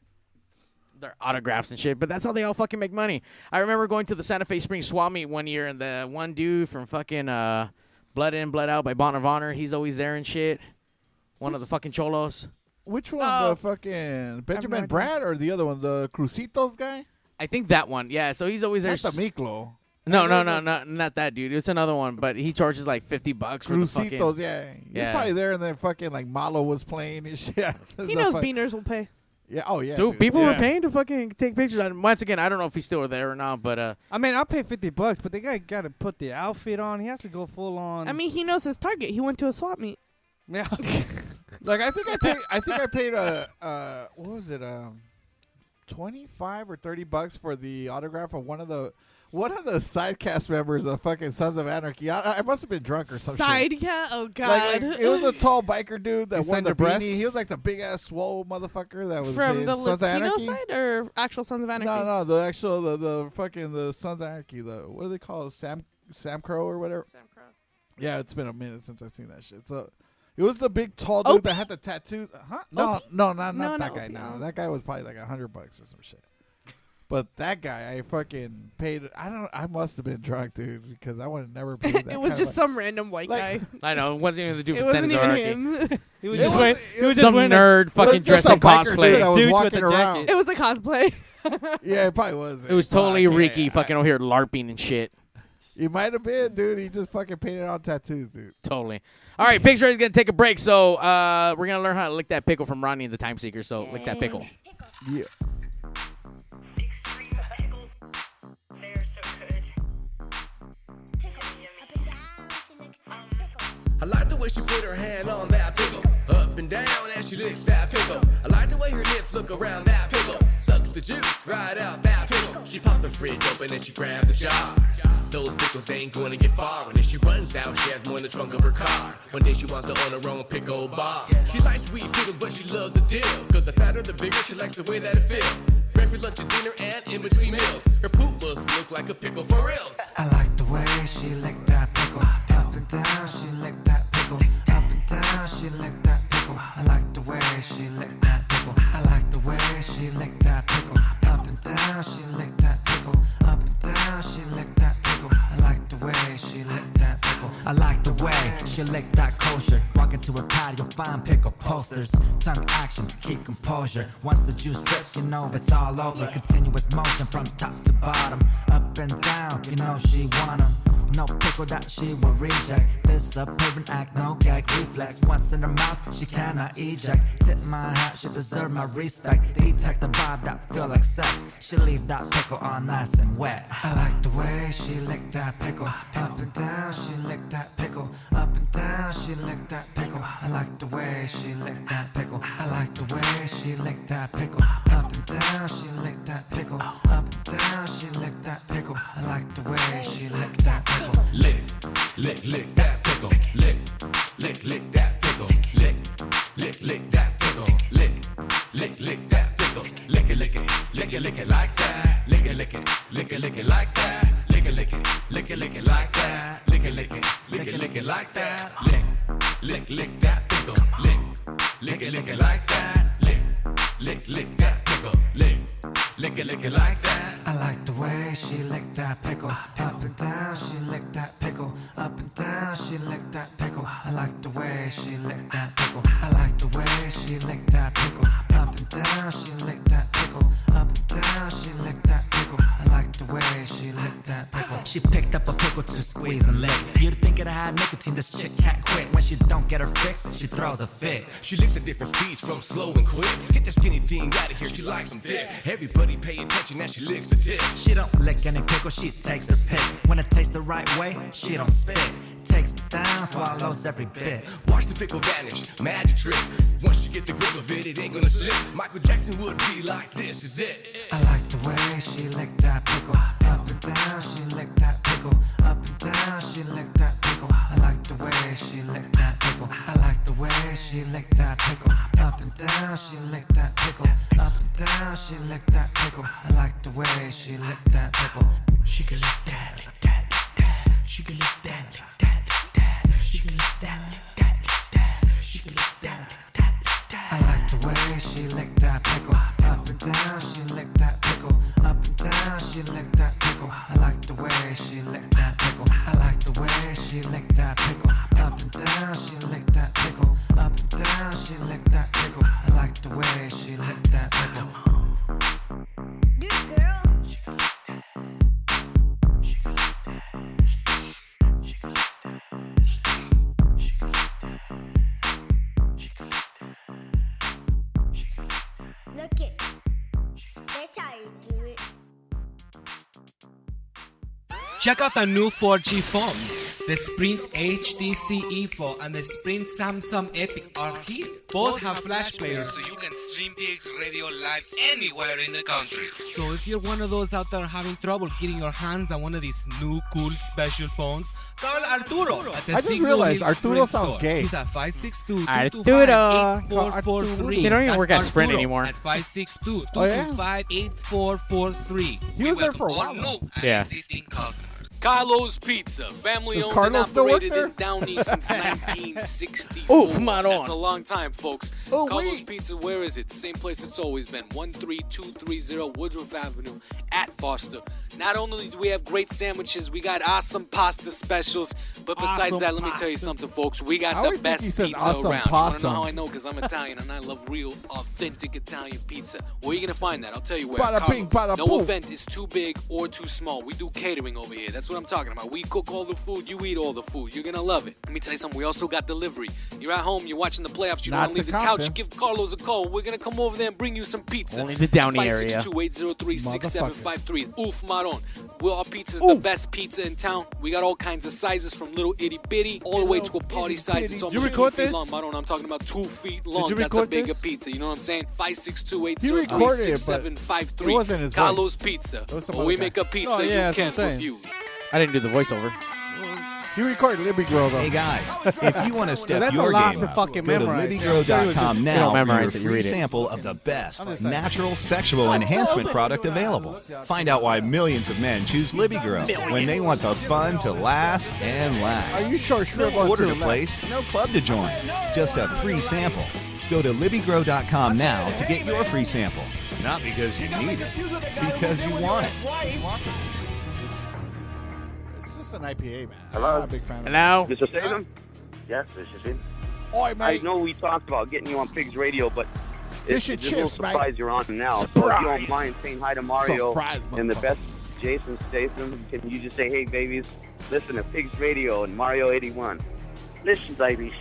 Speaker 5: Their autographs and shit, but that's how they all fucking make money. I remember going to the Santa Fe Springs Swap Meet one year, and the one dude from fucking uh, Blood In, Blood Out by Bond of Honor, he's always there and shit. One of the fucking cholos.
Speaker 6: Which one?
Speaker 3: Oh.
Speaker 6: The fucking Benjamin
Speaker 3: idea.
Speaker 6: Brad or the other one, the Crucitos guy?
Speaker 5: I think that one, yeah. So he's always there.
Speaker 6: That's the
Speaker 5: s-
Speaker 6: Miklo.
Speaker 5: no, no,
Speaker 6: Those
Speaker 5: no,
Speaker 6: are-
Speaker 5: no, not that dude. It's another one, but he charges like fifty bucks for the fucking.
Speaker 6: Crucitos, yeah.
Speaker 5: Yeah.
Speaker 6: He's probably there, and then fucking like Malo was playing and shit.
Speaker 3: he knows beaners will pay.
Speaker 6: Yeah. Oh yeah.
Speaker 5: Dude, people were
Speaker 7: Yeah.
Speaker 5: paying to fucking take pictures. I- Once again, I don't know if he's still there or not, but uh,
Speaker 7: I mean, I'll pay fifty bucks, but the guy got to put the outfit on. He has to go full on.
Speaker 3: I mean, he knows his target. He went to a swap meet.
Speaker 7: yeah.
Speaker 6: Like I think I paid. I think I paid uh uh what was it um twenty five or thirty bucks for the autograph of one of the one of the sidecast members of fucking Sons of Anarchy. I, I must have been drunk or some shit.
Speaker 3: Side yeah. Oh
Speaker 6: Like,
Speaker 3: god.
Speaker 6: like, it was a tall biker dude that
Speaker 7: He
Speaker 6: wore
Speaker 7: signed
Speaker 6: the
Speaker 7: your breast?
Speaker 6: beanie. He was like the big ass swole motherfucker that was
Speaker 3: from
Speaker 6: in
Speaker 3: the
Speaker 6: Sons of
Speaker 3: Latino
Speaker 6: Anarchy.
Speaker 3: side or actual Sons of Anarchy.
Speaker 6: No, no, the actual the, the fucking the Sons of Anarchy. The what do they call it? oh, Sam Sam Crow or whatever.
Speaker 3: Sam Crow.
Speaker 6: Yeah, it's been a minute since I've seen that shit. So it was the big tall Oh, dude that
Speaker 3: Opie?
Speaker 6: had the tattoos. uh, Huh? No, no, not, not
Speaker 3: Oh. No,
Speaker 6: that
Speaker 3: not
Speaker 6: guy.
Speaker 3: Opie,
Speaker 6: No,
Speaker 3: no.
Speaker 6: that guy was probably like a hundred bucks or some shit. But that guy, I fucking paid. I don't. I must have been drunk, dude, because I would have never paid that.
Speaker 3: It was
Speaker 6: kinda
Speaker 3: just
Speaker 6: like,
Speaker 3: some random white
Speaker 6: Like-
Speaker 3: guy.
Speaker 5: I know it wasn't even the dude
Speaker 3: It
Speaker 5: from Sons
Speaker 3: wasn't
Speaker 5: of
Speaker 3: even
Speaker 5: Anarchy.
Speaker 3: him.
Speaker 7: he was
Speaker 6: It
Speaker 7: just
Speaker 6: was-
Speaker 7: wearing.
Speaker 6: it
Speaker 7: He was
Speaker 6: was
Speaker 7: just
Speaker 5: Some
Speaker 7: wearing.
Speaker 5: nerd
Speaker 6: It was
Speaker 5: fucking
Speaker 6: just
Speaker 5: dressed in
Speaker 6: a biker dude
Speaker 5: cosplay.
Speaker 6: that was
Speaker 7: Dudes with
Speaker 6: walking
Speaker 7: a
Speaker 6: around.
Speaker 7: jacket.
Speaker 3: it was a cosplay.
Speaker 6: Yeah, it probably was.
Speaker 5: It was totally
Speaker 6: Fuck, yeah,
Speaker 5: Ricky
Speaker 6: yeah.
Speaker 5: fucking over here LARPing and shit.
Speaker 6: You might have been, dude. He just fucking painted on tattoos, dude.
Speaker 5: Totally. All right, Picture is gonna take a break, so uh, we're gonna learn how to lick that pickle from Ronnie and the Time Seeker. So lick that pickle.
Speaker 6: Yeah.
Speaker 11: Extreme pickles. They're so good. Pickle. Up and down, she licks that pickle.
Speaker 1: I like the way she put her hand on that pickle. Up and down as she licks that pickle. I like the way her lips look around that pickle. Sucks the juice right out that pickle. She popped the fridge open and she grabbed the jar. Those pickles ain't gonna get far. When she runs out, she has more in the trunk of her car. One day she wants to own her own pickle bar. She likes sweet pickles, but she loves the deal. Cause the fatter the bigger, she likes the way that it feels. Breakfast, lunch, and dinner, and in between meals. Her poop must look like a pickle for reals.
Speaker 2: I like the way she licked that pickle. Up and down, she licked that pickle. Up and down, she licked that pickle. I like the way she licked that pickle. I like the way she licked that pickle. Up and down, she licked that pickle. Up and down, she licked that pickle. I like the way she licked that pickle. I like the way she licked that kosher. Walk into a patio, find pickle posters. Tongue action, keep composure. Once the juice drips, you know it's all over. Continuous motion from top to bottom. Up and down, you know she want 'em. No pickle that she will reject. Disappearing act, no gag reflex. Once in her mouth, she cannot eject. Tip my hat, she deserve my respect. Detect the vibe that feel like sex. She leave that pickle all nice and wet. I like the way she licked that pickle. Up and down, she licked that pickle. Up and down, she licked that pickle. I like the way she licked that pickle. I like the way she licked that pickle. Up and down, she licked that pickle. Up and down, she licked that pickle. I like the way she licked that pickle.
Speaker 1: Lick, lick, lick that pickle. Lick, lick, lick that pickle. Lick, lick, lick that pickle. Lick, lick, lick that pickle. Lick it, lick it, lick it, lick it like that. Lick it, lick it, lick it, lick it like that. Lick it, lick it, lick it, lick it like that. Lick it, lick it, lick it, lick it like that. Lick, lick, lick that pickle. Lick, lick it, lick it like that. Lick, lick, lick that pickle. Lick, lick it, lick it like that.
Speaker 2: I like the way she licked that pickle. Up and down, she licked that pickle. Up and down, she licked that pickle. I like the way she licked that pickle. I like the way she licked that pickle. Up and down, she licked that pickle. Up and down, she licked that pickle. I like the way she licked that pickle. She picked up a pickle to squeeze and lick. You'd think it had nicotine, this chick can't quit. When she don't get her fix, she throws a fit.
Speaker 1: She licks at different speeds from slow and quick. Get that skinny thing out of here, she likes them thick. Everybody pay attention as she licks the tip.
Speaker 2: She don't lick any pickle, she takes her pick. When it tastes the right way, she don't spit. Takes it down, swallows every bit.
Speaker 1: Watch the pickle vanish, magic trick. Once you get the grip of it, it ain't gonna slip. Michael Jackson would be like, this is it.
Speaker 2: I like the way she licked that pickle. Up and down, she licked that pickle. Up and down, she licked that pickle. I like the way she licked that pickle. I like the way she licked that pickle. Up and down, she licked that pickle. Up and down, she licked that pickle. I like the way she licked that pickle. She can lick that, lick that, lick that. She can lick that, lick that, lick that. She can lick that, lick that, lick that. She can lick that, lick that, lick that. I like the way she licked that pickle. Up and down, she licked that pickle. Up and down, she licked that pickle. I like the way she licked that pickle. I like the way she licked that pickle. Up and down, she licked that pickle. Up and down, she licked that pickle. I like the way she licked that pickle.
Speaker 11: Look it. That's how you do it.
Speaker 12: Check out the new 4G phones. The Sprint HTC E4 E and the Sprint Samsung Epic are here. Both have flash players, so you can stream PX Radio live anywhere in the country. So if you're one of those out there having trouble getting your hands on one of these new cool special phones, call Arturo at the
Speaker 6: I just
Speaker 12: Signal
Speaker 6: realized
Speaker 12: Hill
Speaker 6: Arturo
Speaker 12: Sprint
Speaker 6: sounds
Speaker 12: store.
Speaker 6: gay.
Speaker 12: He's at 562
Speaker 5: Arturo. They don't even work at
Speaker 12: That's
Speaker 5: Sprint
Speaker 12: Arturo
Speaker 5: anymore.
Speaker 12: At 562
Speaker 6: Oh, yeah?
Speaker 12: 225 8443.
Speaker 6: He was there for a while.
Speaker 5: Yeah.
Speaker 13: Carlos Pizza, family
Speaker 6: Does
Speaker 13: owned
Speaker 6: Carlos
Speaker 13: and
Speaker 6: still work
Speaker 13: operated in Down East since 1964.
Speaker 5: Ooh, come on.
Speaker 13: That's a long time, folks.
Speaker 6: Oh,
Speaker 13: Carlos
Speaker 6: wait.
Speaker 13: Pizza, where is it? Same place it's always been 13230 Woodruff Avenue at Foster. Not only do we have great sandwiches, we got awesome pasta specials. But besides
Speaker 6: Awesome
Speaker 13: that, let me tell you something, folks. We
Speaker 6: I
Speaker 13: got
Speaker 6: always
Speaker 13: the
Speaker 6: think
Speaker 13: best
Speaker 6: he says
Speaker 13: pizza
Speaker 6: awesome
Speaker 13: around. You
Speaker 6: possum.
Speaker 13: wanna know how I know? Because I'm Italian and I love real, authentic Italian pizza. Where you going to find that? I'll tell you where.
Speaker 6: Bada
Speaker 13: Carlos.
Speaker 6: bing, bada
Speaker 13: no
Speaker 6: boom.
Speaker 13: offense event is too big or too small. We do catering over here. That's what I'm talking about. We cook all the food, you eat all the food. You're gonna love it. Let me tell you something. We also got delivery. You're at home, you're watching the playoffs, you
Speaker 6: Not
Speaker 13: don't leave
Speaker 6: to
Speaker 13: the
Speaker 6: Compton.
Speaker 13: couch, give Carlos a call. We're gonna come over there and bring you some pizza.
Speaker 5: Only the Downey area.
Speaker 13: 562-803-6753. Oof Maron. Well, our pizza's the best pizza in town. We got all kinds of sizes from little itty bitty all the way to a party size. It's
Speaker 6: You
Speaker 13: almost two
Speaker 7: record
Speaker 13: feet
Speaker 7: this?
Speaker 13: long. Maron, I'm talking about two feet long.
Speaker 7: you
Speaker 13: That's a
Speaker 7: record
Speaker 13: bigger
Speaker 7: this?
Speaker 13: pizza. You know what I'm saying?
Speaker 6: He recorded it, but
Speaker 13: 562-803-6753.
Speaker 6: it wasn't his
Speaker 13: Carlos
Speaker 6: voice.
Speaker 13: Pizza.
Speaker 6: It was some
Speaker 13: When we
Speaker 6: other
Speaker 13: make
Speaker 6: guy.
Speaker 13: a pizza
Speaker 7: Oh, yeah,
Speaker 13: you
Speaker 7: that's what
Speaker 13: can't
Speaker 7: I'm saying.
Speaker 13: refuse.
Speaker 5: I didn't do the voiceover.
Speaker 6: He recorded Libby Girl though. Hey
Speaker 14: guys, if you want to step
Speaker 7: That's a
Speaker 14: your
Speaker 7: lot
Speaker 14: game
Speaker 7: to
Speaker 14: up,
Speaker 7: fucking
Speaker 14: go to
Speaker 7: memorize.
Speaker 14: LibbyGrow.com
Speaker 7: You don't
Speaker 14: now for your
Speaker 7: memorize it, you
Speaker 14: free
Speaker 7: read it.
Speaker 14: sample of the best
Speaker 7: I'm just saying.
Speaker 14: natural sexual enhancement product available. Find out why millions of men choose Libby Grow when they want the fun to last and last.
Speaker 6: Are you sure shrimp
Speaker 14: No
Speaker 6: on
Speaker 14: order
Speaker 6: to
Speaker 14: to
Speaker 6: the
Speaker 14: place, no club to join, just a free sample. Go to LibbyGrow.com now to get your free sample. Not because you need it, because you want it.
Speaker 6: It's just an IPA, man.
Speaker 15: Hello?
Speaker 6: I'm not a big fan of
Speaker 5: Hello?
Speaker 15: Mr. Saban? Yes, this is him.
Speaker 6: Oi, mate.
Speaker 15: I know we talked about getting you on Pigs Radio, but
Speaker 6: This your
Speaker 15: it's, it's a little
Speaker 6: chips, mate.
Speaker 15: surprise you're on now. So if you
Speaker 6: Surprise.
Speaker 15: don't mind saying hi to Mario
Speaker 6: Surprise,
Speaker 15: and the
Speaker 6: motherfucker.
Speaker 15: best Jason Statham, can you just say, hey, babies, listen to Pigs Radio and Mario 81? Listen, babies,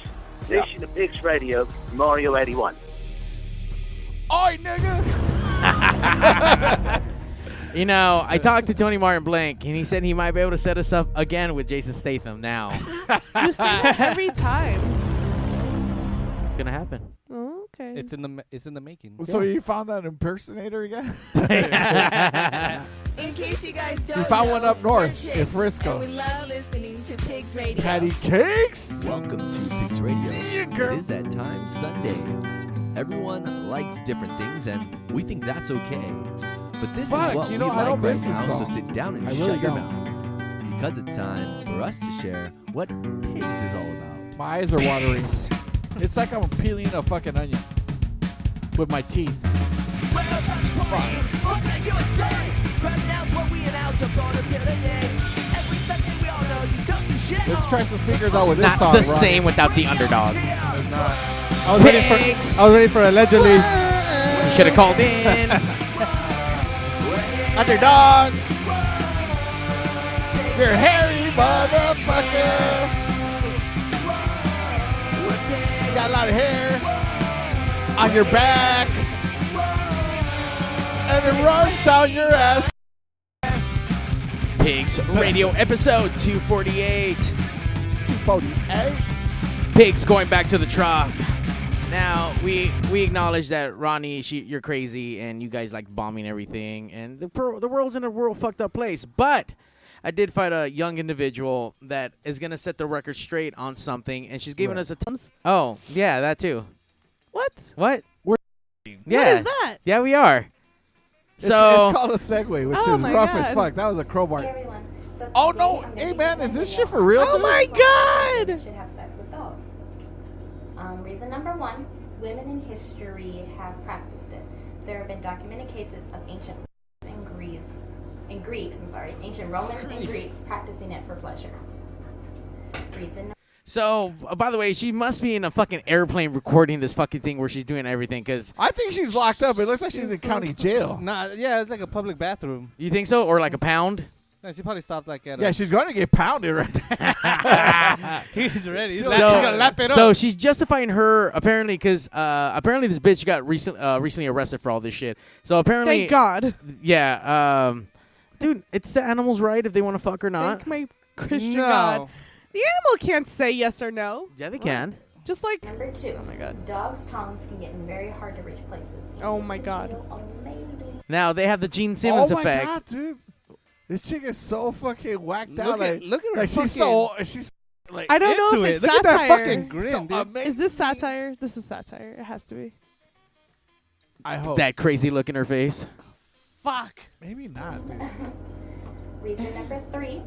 Speaker 15: listen to Pigs Radio, Mario 81.
Speaker 6: Oi, nigga.
Speaker 5: You know, I talked to Tony Martin Blank, and he said he might be able to set us up again with Jason Statham. Now
Speaker 3: You say that every time.
Speaker 5: it's gonna happen.
Speaker 3: Oh, okay.
Speaker 7: It's in the ma- it's in the making.
Speaker 6: Uh, so you found that impersonator again?
Speaker 16: In case you guys don't
Speaker 6: You found
Speaker 16: know,
Speaker 6: one up north
Speaker 16: we're
Speaker 6: in
Speaker 16: chicks,
Speaker 6: Frisco.
Speaker 16: and we love listening to Pigs Radio.
Speaker 6: Patty Cakes.
Speaker 17: Welcome to Pigs Radio.
Speaker 6: See ya, girl.
Speaker 17: It is that time, Sunday. Everyone likes different things, and we think that's okay. But this
Speaker 6: Fuck,
Speaker 17: is what
Speaker 6: you
Speaker 17: we
Speaker 6: know, I
Speaker 17: like
Speaker 6: don't
Speaker 17: right
Speaker 6: miss this
Speaker 17: now, so
Speaker 6: song.
Speaker 17: sit down and
Speaker 6: I
Speaker 17: shut
Speaker 6: really
Speaker 17: your
Speaker 6: don't.
Speaker 17: mouth. Because it's time for us to share what Pigs is all about.
Speaker 6: My eyes are watering. it's like I'm peeling a fucking onion with my teeth.
Speaker 18: Open USA, grabbing out what we announce upon the other day. Every Sunday we all know you don't do shit.
Speaker 6: Let's try some speakers out
Speaker 5: It's
Speaker 6: with
Speaker 5: not
Speaker 6: this song.
Speaker 5: the
Speaker 6: Ron.
Speaker 5: same without the underdog.
Speaker 7: I was ready for I was ready for allegedly.
Speaker 5: You should have called in.
Speaker 6: Underdog. You're hairy, motherfucker. Got a lot of hair on your back, and it runs down your ass.
Speaker 5: Pigs Radio episode 248.
Speaker 6: 248.
Speaker 5: Pigs going back to the trough. Now we we acknowledge that Ronnie, she, you're crazy, and you guys like bombing everything, and the pro, the world's in a real fucked up place. But I did fight a young individual that is gonna set the record straight on something, and she's giving
Speaker 3: Right.
Speaker 5: us a oh yeah that too.
Speaker 3: What?
Speaker 5: What? We're yeah.
Speaker 3: What is that?
Speaker 5: Yeah, we are.
Speaker 6: It's-
Speaker 5: So
Speaker 6: it's, called a segue, which
Speaker 5: Oh
Speaker 6: is
Speaker 5: my
Speaker 6: rough as
Speaker 5: God.
Speaker 6: fuck. That was a crowbar. Oh no! Hey man, is this shit for real?
Speaker 3: Oh
Speaker 6: dude?
Speaker 3: my God!
Speaker 19: should have sex with dogs. Um, reason number one women in history have practiced it. There have been documented cases of ancient and Greece, and Greeks, I'm sorry, ancient Romans and
Speaker 20: Greece.
Speaker 19: Greeks practicing it for pleasure. Reason
Speaker 5: so uh, by the way, she must be in a fucking airplane recording this fucking thing where she's doing everything because
Speaker 6: I think she's locked up. It looks like she's in county jail.
Speaker 7: Nah, yeah, it's like a public bathroom.
Speaker 5: you think so or like a pound.
Speaker 7: No, she probably stopped like at.
Speaker 6: Yeah,
Speaker 7: a-
Speaker 6: she's gonna get pounded right
Speaker 7: He's ready. He's,
Speaker 6: So-
Speaker 7: lap, he's gonna lap it
Speaker 5: so
Speaker 7: up.
Speaker 5: she's justifying her apparently because uh, apparently this bitch got recent, uh, recently arrested for all this shit. So apparently,
Speaker 3: Thank God.
Speaker 5: Yeah, um, dude, it's the animal's right if they want to fuck or not.
Speaker 3: Thank my Christian
Speaker 5: No.
Speaker 3: God. The animal can't say yes or no.
Speaker 5: yeah, they can.
Speaker 3: Just like
Speaker 19: number two. Oh my
Speaker 3: God.
Speaker 19: Dogs' tongues can get in very hard to reach places.
Speaker 3: Oh my God.
Speaker 5: Now they have the Gene Simmons
Speaker 6: oh my
Speaker 5: effect.
Speaker 6: god, dude! This chick is so fucking whacked
Speaker 7: Look
Speaker 6: out.
Speaker 7: at-
Speaker 6: like,
Speaker 7: look at her
Speaker 6: Like she's so she's like.
Speaker 3: I don't know
Speaker 6: into
Speaker 3: if
Speaker 6: it.
Speaker 3: it's
Speaker 6: Look at
Speaker 3: satire.
Speaker 6: that fucking grin,
Speaker 3: So uh,
Speaker 6: dude.
Speaker 3: Is this satire? This is satire. It has to be.
Speaker 6: I hope
Speaker 5: That crazy look in her face.
Speaker 3: Fuck.
Speaker 6: Maybe not, dude.
Speaker 19: Reason number three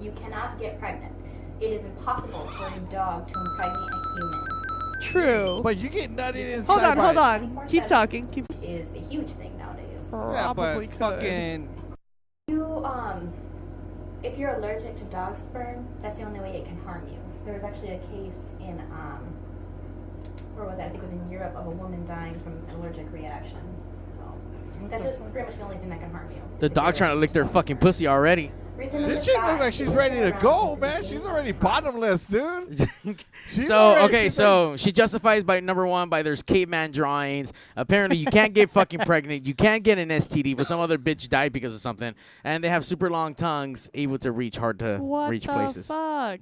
Speaker 19: you cannot get pregnant. It is impossible for a dog to impregnate a human.
Speaker 3: True.
Speaker 6: But you get nutted inside.
Speaker 3: Hold on,
Speaker 6: by-
Speaker 3: hold on. Keep talking. Keep.
Speaker 19: Is a huge thing nowadays.
Speaker 7: yeah,
Speaker 3: Oh, Probably
Speaker 7: but
Speaker 3: could.
Speaker 7: fucking
Speaker 19: You, um, if you're allergic to dog sperm, that's the only way it can harm you. There was actually a case in, um, where was that? I think it was in Europe of a woman dying from an allergic reaction. So that's just pretty much the only thing that can harm you.
Speaker 5: The dog trying to lick their fucking pussy already.
Speaker 19: Reason number
Speaker 6: This chick
Speaker 19: five,
Speaker 6: looks like she's
Speaker 19: you
Speaker 6: ready to
Speaker 19: around
Speaker 6: go, man. She's already bottomless, dude. She's
Speaker 5: So
Speaker 6: already-
Speaker 5: okay,
Speaker 6: she's
Speaker 5: so she justifies by number one by there's caveman drawings. Apparently, you can't get fucking pregnant, you can't get an STD, but some other bitch died because of something, and they have super long tongues, able to reach hard to
Speaker 3: What
Speaker 5: reach
Speaker 3: the
Speaker 5: places.
Speaker 3: fuck?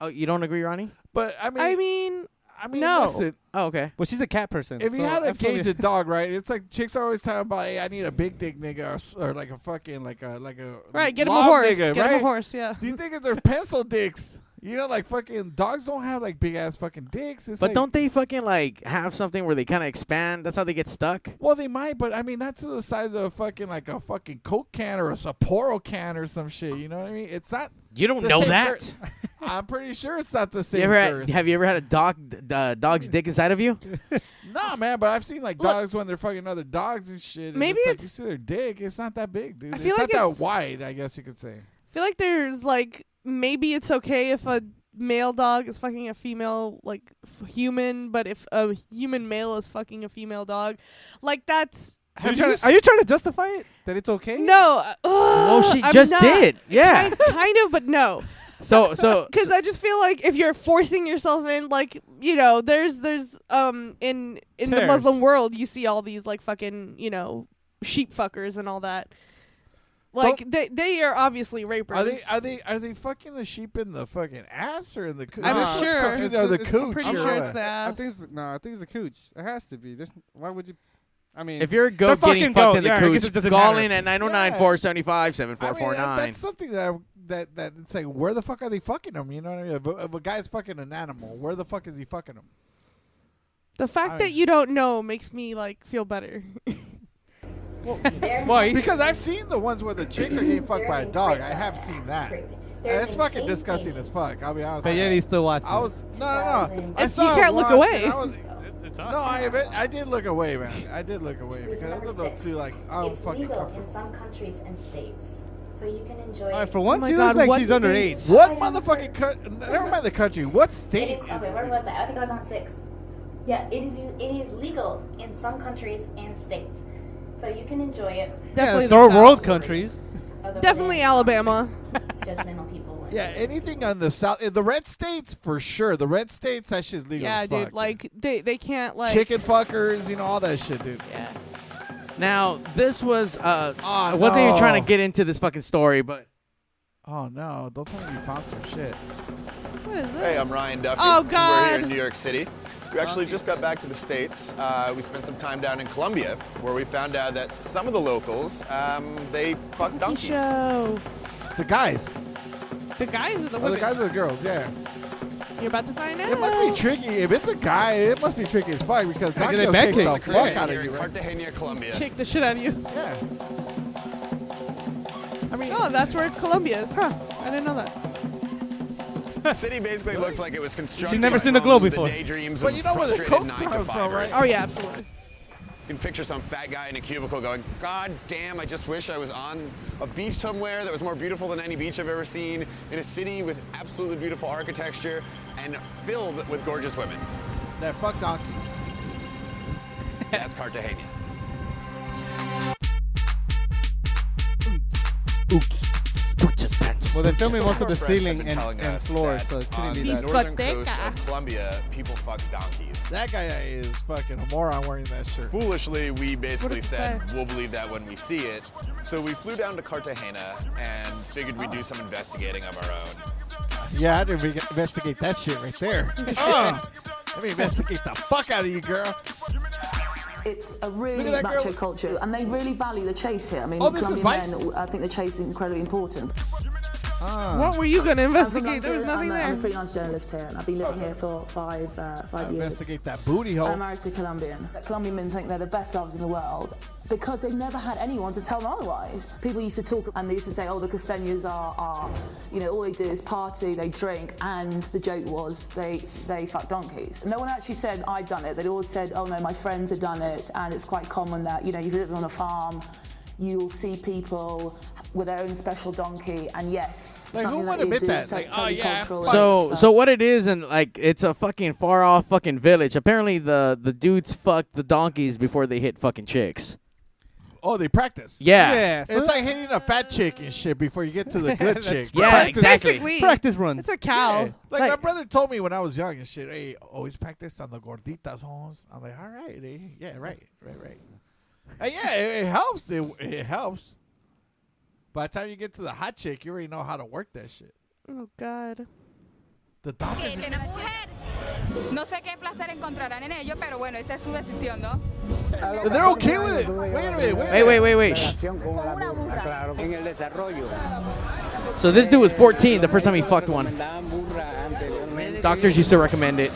Speaker 5: Oh, you don't agree, Ronnie?
Speaker 6: But I mean,
Speaker 3: I mean,
Speaker 6: I mean,
Speaker 3: No.
Speaker 6: listen,
Speaker 5: Oh, okay.
Speaker 7: Well, she's a cat person.
Speaker 6: if you
Speaker 7: so
Speaker 6: had
Speaker 7: I
Speaker 6: to
Speaker 7: fully-
Speaker 6: gauge a dog, right? It's like chicks are always talking about, hey, I need a big dick nigga or, s- or like a fucking like a like a
Speaker 3: Right, get him a
Speaker 6: long
Speaker 3: horse.
Speaker 6: nigga,
Speaker 3: get him a
Speaker 6: right?
Speaker 3: horse, yeah.
Speaker 6: These niggas are pencil dicks. You know, like fucking dogs don't have like big ass fucking dicks. It's
Speaker 5: But
Speaker 6: like,
Speaker 5: don't they fucking like have something where they kind of expand? That's how they get stuck.
Speaker 6: Well, they might, but I mean, not to the size of a fucking like a fucking Coke can or a Sapporo can or some shit. You know what I mean? It's not.
Speaker 5: You don't
Speaker 6: the
Speaker 5: know
Speaker 6: same
Speaker 5: that.
Speaker 6: girth. I'm pretty sure it's not the
Speaker 5: You
Speaker 6: same.
Speaker 5: ever had-
Speaker 6: girth.
Speaker 5: have you ever had a dog, d- uh, dog's dick inside of you?
Speaker 6: No, man, but I've seen like dogs when they're fucking other dogs and shit. and
Speaker 3: Maybe
Speaker 6: it's, like, you
Speaker 3: it's-
Speaker 6: see their dick. It's not that big, dude.
Speaker 3: I feel
Speaker 6: it's
Speaker 3: like
Speaker 6: not
Speaker 3: it's-
Speaker 6: that wide. I guess you could say.
Speaker 3: feel like there's like maybe it's okay if a male dog is fucking a female like f- human, but if a human male is fucking a female dog, like that's.
Speaker 7: Are you, trying to, are you trying to justify it? That it's okay?
Speaker 3: No. Uh,
Speaker 5: Well, she
Speaker 3: I'm
Speaker 5: just
Speaker 3: not.
Speaker 5: did. Yeah.
Speaker 3: Kind, kind of, but no.
Speaker 5: So so
Speaker 3: Because I just feel like if you're forcing yourself in, like you know, there's there's um in in the
Speaker 5: Tears.
Speaker 3: Muslim world, you see all these like fucking you know sheep fuckers and all that. Like they they are obviously rapists.
Speaker 6: Are they are they are they fucking the sheep in the fucking ass or in the uh, cooch?
Speaker 3: I'm
Speaker 7: Uh,
Speaker 6: Nah,
Speaker 3: sure.
Speaker 6: it's confused. They're the cooch. or what?
Speaker 7: I think it's, no, I think it's the cooch. It has to be. There's, why would you? I mean,
Speaker 5: If you're a goat
Speaker 7: they're
Speaker 5: getting
Speaker 7: fucking
Speaker 5: fucked
Speaker 7: goat.
Speaker 5: in the
Speaker 7: yeah, I guess it
Speaker 5: cooch,
Speaker 7: doesn't
Speaker 5: call
Speaker 7: matter.
Speaker 5: in at 909-475-7449.
Speaker 6: I mean, that's something that I, that that it's like, where the fuck are they fucking them? You know what I mean? If a, if a guy's fucking an animal, where the fuck is he fucking them?
Speaker 3: The fact
Speaker 6: I-
Speaker 3: that you don't know makes me like feel better.
Speaker 6: Why? Because I've seen the ones where the chicks are getting fucked by a dog. I have seen that. And That's fucking disgusting as fuck. I'll be honest.
Speaker 7: But
Speaker 6: with
Speaker 7: yet
Speaker 6: you.
Speaker 7: he still watches.
Speaker 6: I was no, no, no. I
Speaker 3: It's-
Speaker 6: saw
Speaker 3: you
Speaker 6: it
Speaker 3: can't look
Speaker 6: once,
Speaker 3: away.
Speaker 6: and I was- no, I ev- I did look away, man. I did look away because I was a little too like I'm
Speaker 19: it's
Speaker 6: fucking
Speaker 19: legal
Speaker 6: comfortable.
Speaker 19: in some countries and states, so you can enjoy.
Speaker 7: All
Speaker 19: it.
Speaker 7: right, for once, she looks like she's underage.
Speaker 6: What motherfucking country? Never mind the country. What
Speaker 19: It
Speaker 6: state?
Speaker 19: is, okay, where was I? I think I was on six. Yeah, it is. It is legal in some countries and states, so you can enjoy it.
Speaker 7: yeah, third world countries.
Speaker 19: Although
Speaker 3: Definitely Alabama.
Speaker 19: Judgmental people.
Speaker 6: Yeah, anything on the south, in the red states for sure. The red states, that shit's legal
Speaker 3: yeah,
Speaker 6: as fuck.
Speaker 3: dude. Like they they can't like
Speaker 6: Chicken fuckers, you know all that shit, dude. Oh,
Speaker 3: Yeah.
Speaker 5: Now this was uh, I wasn't even trying
Speaker 6: no.
Speaker 5: to get into this fucking story, but
Speaker 6: Oh no! Don't tell me you found some shit.
Speaker 3: What is this?
Speaker 20: Hey, I'm Ryan Duffy.
Speaker 3: Oh,
Speaker 20: We're here
Speaker 3: God.
Speaker 20: in New York City. We actually just got back to the States. Uh, we spent some time down in Colombia where we found out that some of the locals, um, they fuck donkeys.
Speaker 3: show.
Speaker 6: The guys.
Speaker 3: The guys or the
Speaker 6: Oh,
Speaker 3: women?
Speaker 6: the guys or the girls? Yeah.
Speaker 3: You're about to find out.
Speaker 6: It must be tricky. If it's a guy, it must be tricky as fuck because
Speaker 20: Hey,
Speaker 6: not
Speaker 20: get it
Speaker 6: gonna
Speaker 20: back
Speaker 6: kick
Speaker 20: here.
Speaker 6: the fuck out
Speaker 20: Here in
Speaker 6: of you. Right?
Speaker 20: Cartagena, Colombia.
Speaker 3: Kick the shit out of you.
Speaker 6: Yeah. I mean.
Speaker 3: Oh, that's where Colombia is, huh? I didn't know that.
Speaker 20: The city basically looks like it was constructed.
Speaker 7: never
Speaker 20: by
Speaker 7: seen a globe
Speaker 20: the
Speaker 7: before.
Speaker 20: daydreams
Speaker 7: But
Speaker 20: of
Speaker 7: you know where the
Speaker 20: frustrated
Speaker 7: coke
Speaker 20: nine to
Speaker 7: comes from, right?
Speaker 20: fivers.
Speaker 3: Oh yeah, absolutely.
Speaker 20: You can picture some fat guy in a cubicle going, God damn, I just wish I was on a beach somewhere that was more beautiful than any beach I've ever seen, in a city with absolutely beautiful architecture and filled with gorgeous women.
Speaker 6: That fuck donkey.
Speaker 20: That's Cartagena.
Speaker 7: Well, they're filming most of the
Speaker 20: Our friends have
Speaker 7: ceiling
Speaker 20: been
Speaker 7: and,
Speaker 20: telling
Speaker 7: and
Speaker 20: us
Speaker 7: floor,
Speaker 20: that
Speaker 7: so it couldn't
Speaker 20: on
Speaker 7: be
Speaker 20: the
Speaker 7: that.
Speaker 20: northern coast of Colombia, people fuck donkeys.
Speaker 6: That guy is fucking a moron wearing that shirt.
Speaker 20: Foolishly, we basically
Speaker 6: it
Speaker 20: said we'll believe that when we see it. So we flew down to Cartagena and figured we'd do some investigating of our own.
Speaker 6: Yeah, I didn't re- investigate that shit right there.
Speaker 20: Oh.
Speaker 6: Let me investigate the fuck out of you, girl.
Speaker 21: It's a really
Speaker 6: Look at that
Speaker 21: macho
Speaker 6: girl.
Speaker 21: culture, and they really value the chase here. I mean,
Speaker 6: Oh, this is
Speaker 21: Colombian
Speaker 6: Vice?
Speaker 21: men, I think the chase is incredibly important.
Speaker 6: Uh.
Speaker 7: Ah.
Speaker 3: What were you gonna
Speaker 21: I'm from
Speaker 3: investigate? There was
Speaker 21: Nigeria.
Speaker 3: nothing
Speaker 21: I'm a- I'm a
Speaker 3: there.
Speaker 21: freelance journalist here, and I've been living here for five uh, five
Speaker 6: I'll
Speaker 21: years.
Speaker 6: investigate that booty hole.
Speaker 21: I'm married to a Colombian. Colombian men think they're the best lovers in the world because they've never had anyone to tell them otherwise. People used to talk and they used to say, oh, the Costeños are, are, you know, all they do is party, they drink, and the joke was they, they fuck donkeys. No one actually said, I've done it. They'd all said, oh, no, my friends have done it, and it's quite common that, you know, you've lived on a farm. You'll see people with their own special donkey, and yes,
Speaker 6: Like, who
Speaker 21: something
Speaker 6: would
Speaker 21: you
Speaker 6: admit
Speaker 21: do
Speaker 6: that?
Speaker 21: so
Speaker 6: Like, oh,
Speaker 21: totally
Speaker 6: yeah,
Speaker 21: cultural. uh,
Speaker 5: so so what it is and like it's a fucking far off fucking village. Apparently the the dudes fucked the donkeys before they hit fucking chicks.
Speaker 6: Oh, they practice.
Speaker 5: Yeah. Yeah, so-
Speaker 6: it's like hitting a fat chick and shit before you get to the good
Speaker 5: That's
Speaker 6: chick.
Speaker 5: Yeah, practice. exactly. Basically, Practice runs.
Speaker 3: it's a cow.
Speaker 6: Yeah. Like, my
Speaker 3: Like-
Speaker 6: brother told me when I was young and shit. Hey, always practice on the gorditas, homes. I'm like, all right, eh, yeah, right, right, right. And yeah, it, it helps. It, it helps. By the time you get to the hot chick, you already know how to work that shit.
Speaker 3: Oh God.
Speaker 6: The donkeys.
Speaker 4: No sé qué placer encontrarán en ello, pero bueno, esa es su decisión, ¿no?
Speaker 6: They're okay with it. Wait a minute. Wait,
Speaker 5: Wait, wait, wait, wait. Shh.
Speaker 22: En el desarrollo.
Speaker 5: So this dude was 14 the first time he fucked one. Doctors used to recommend it.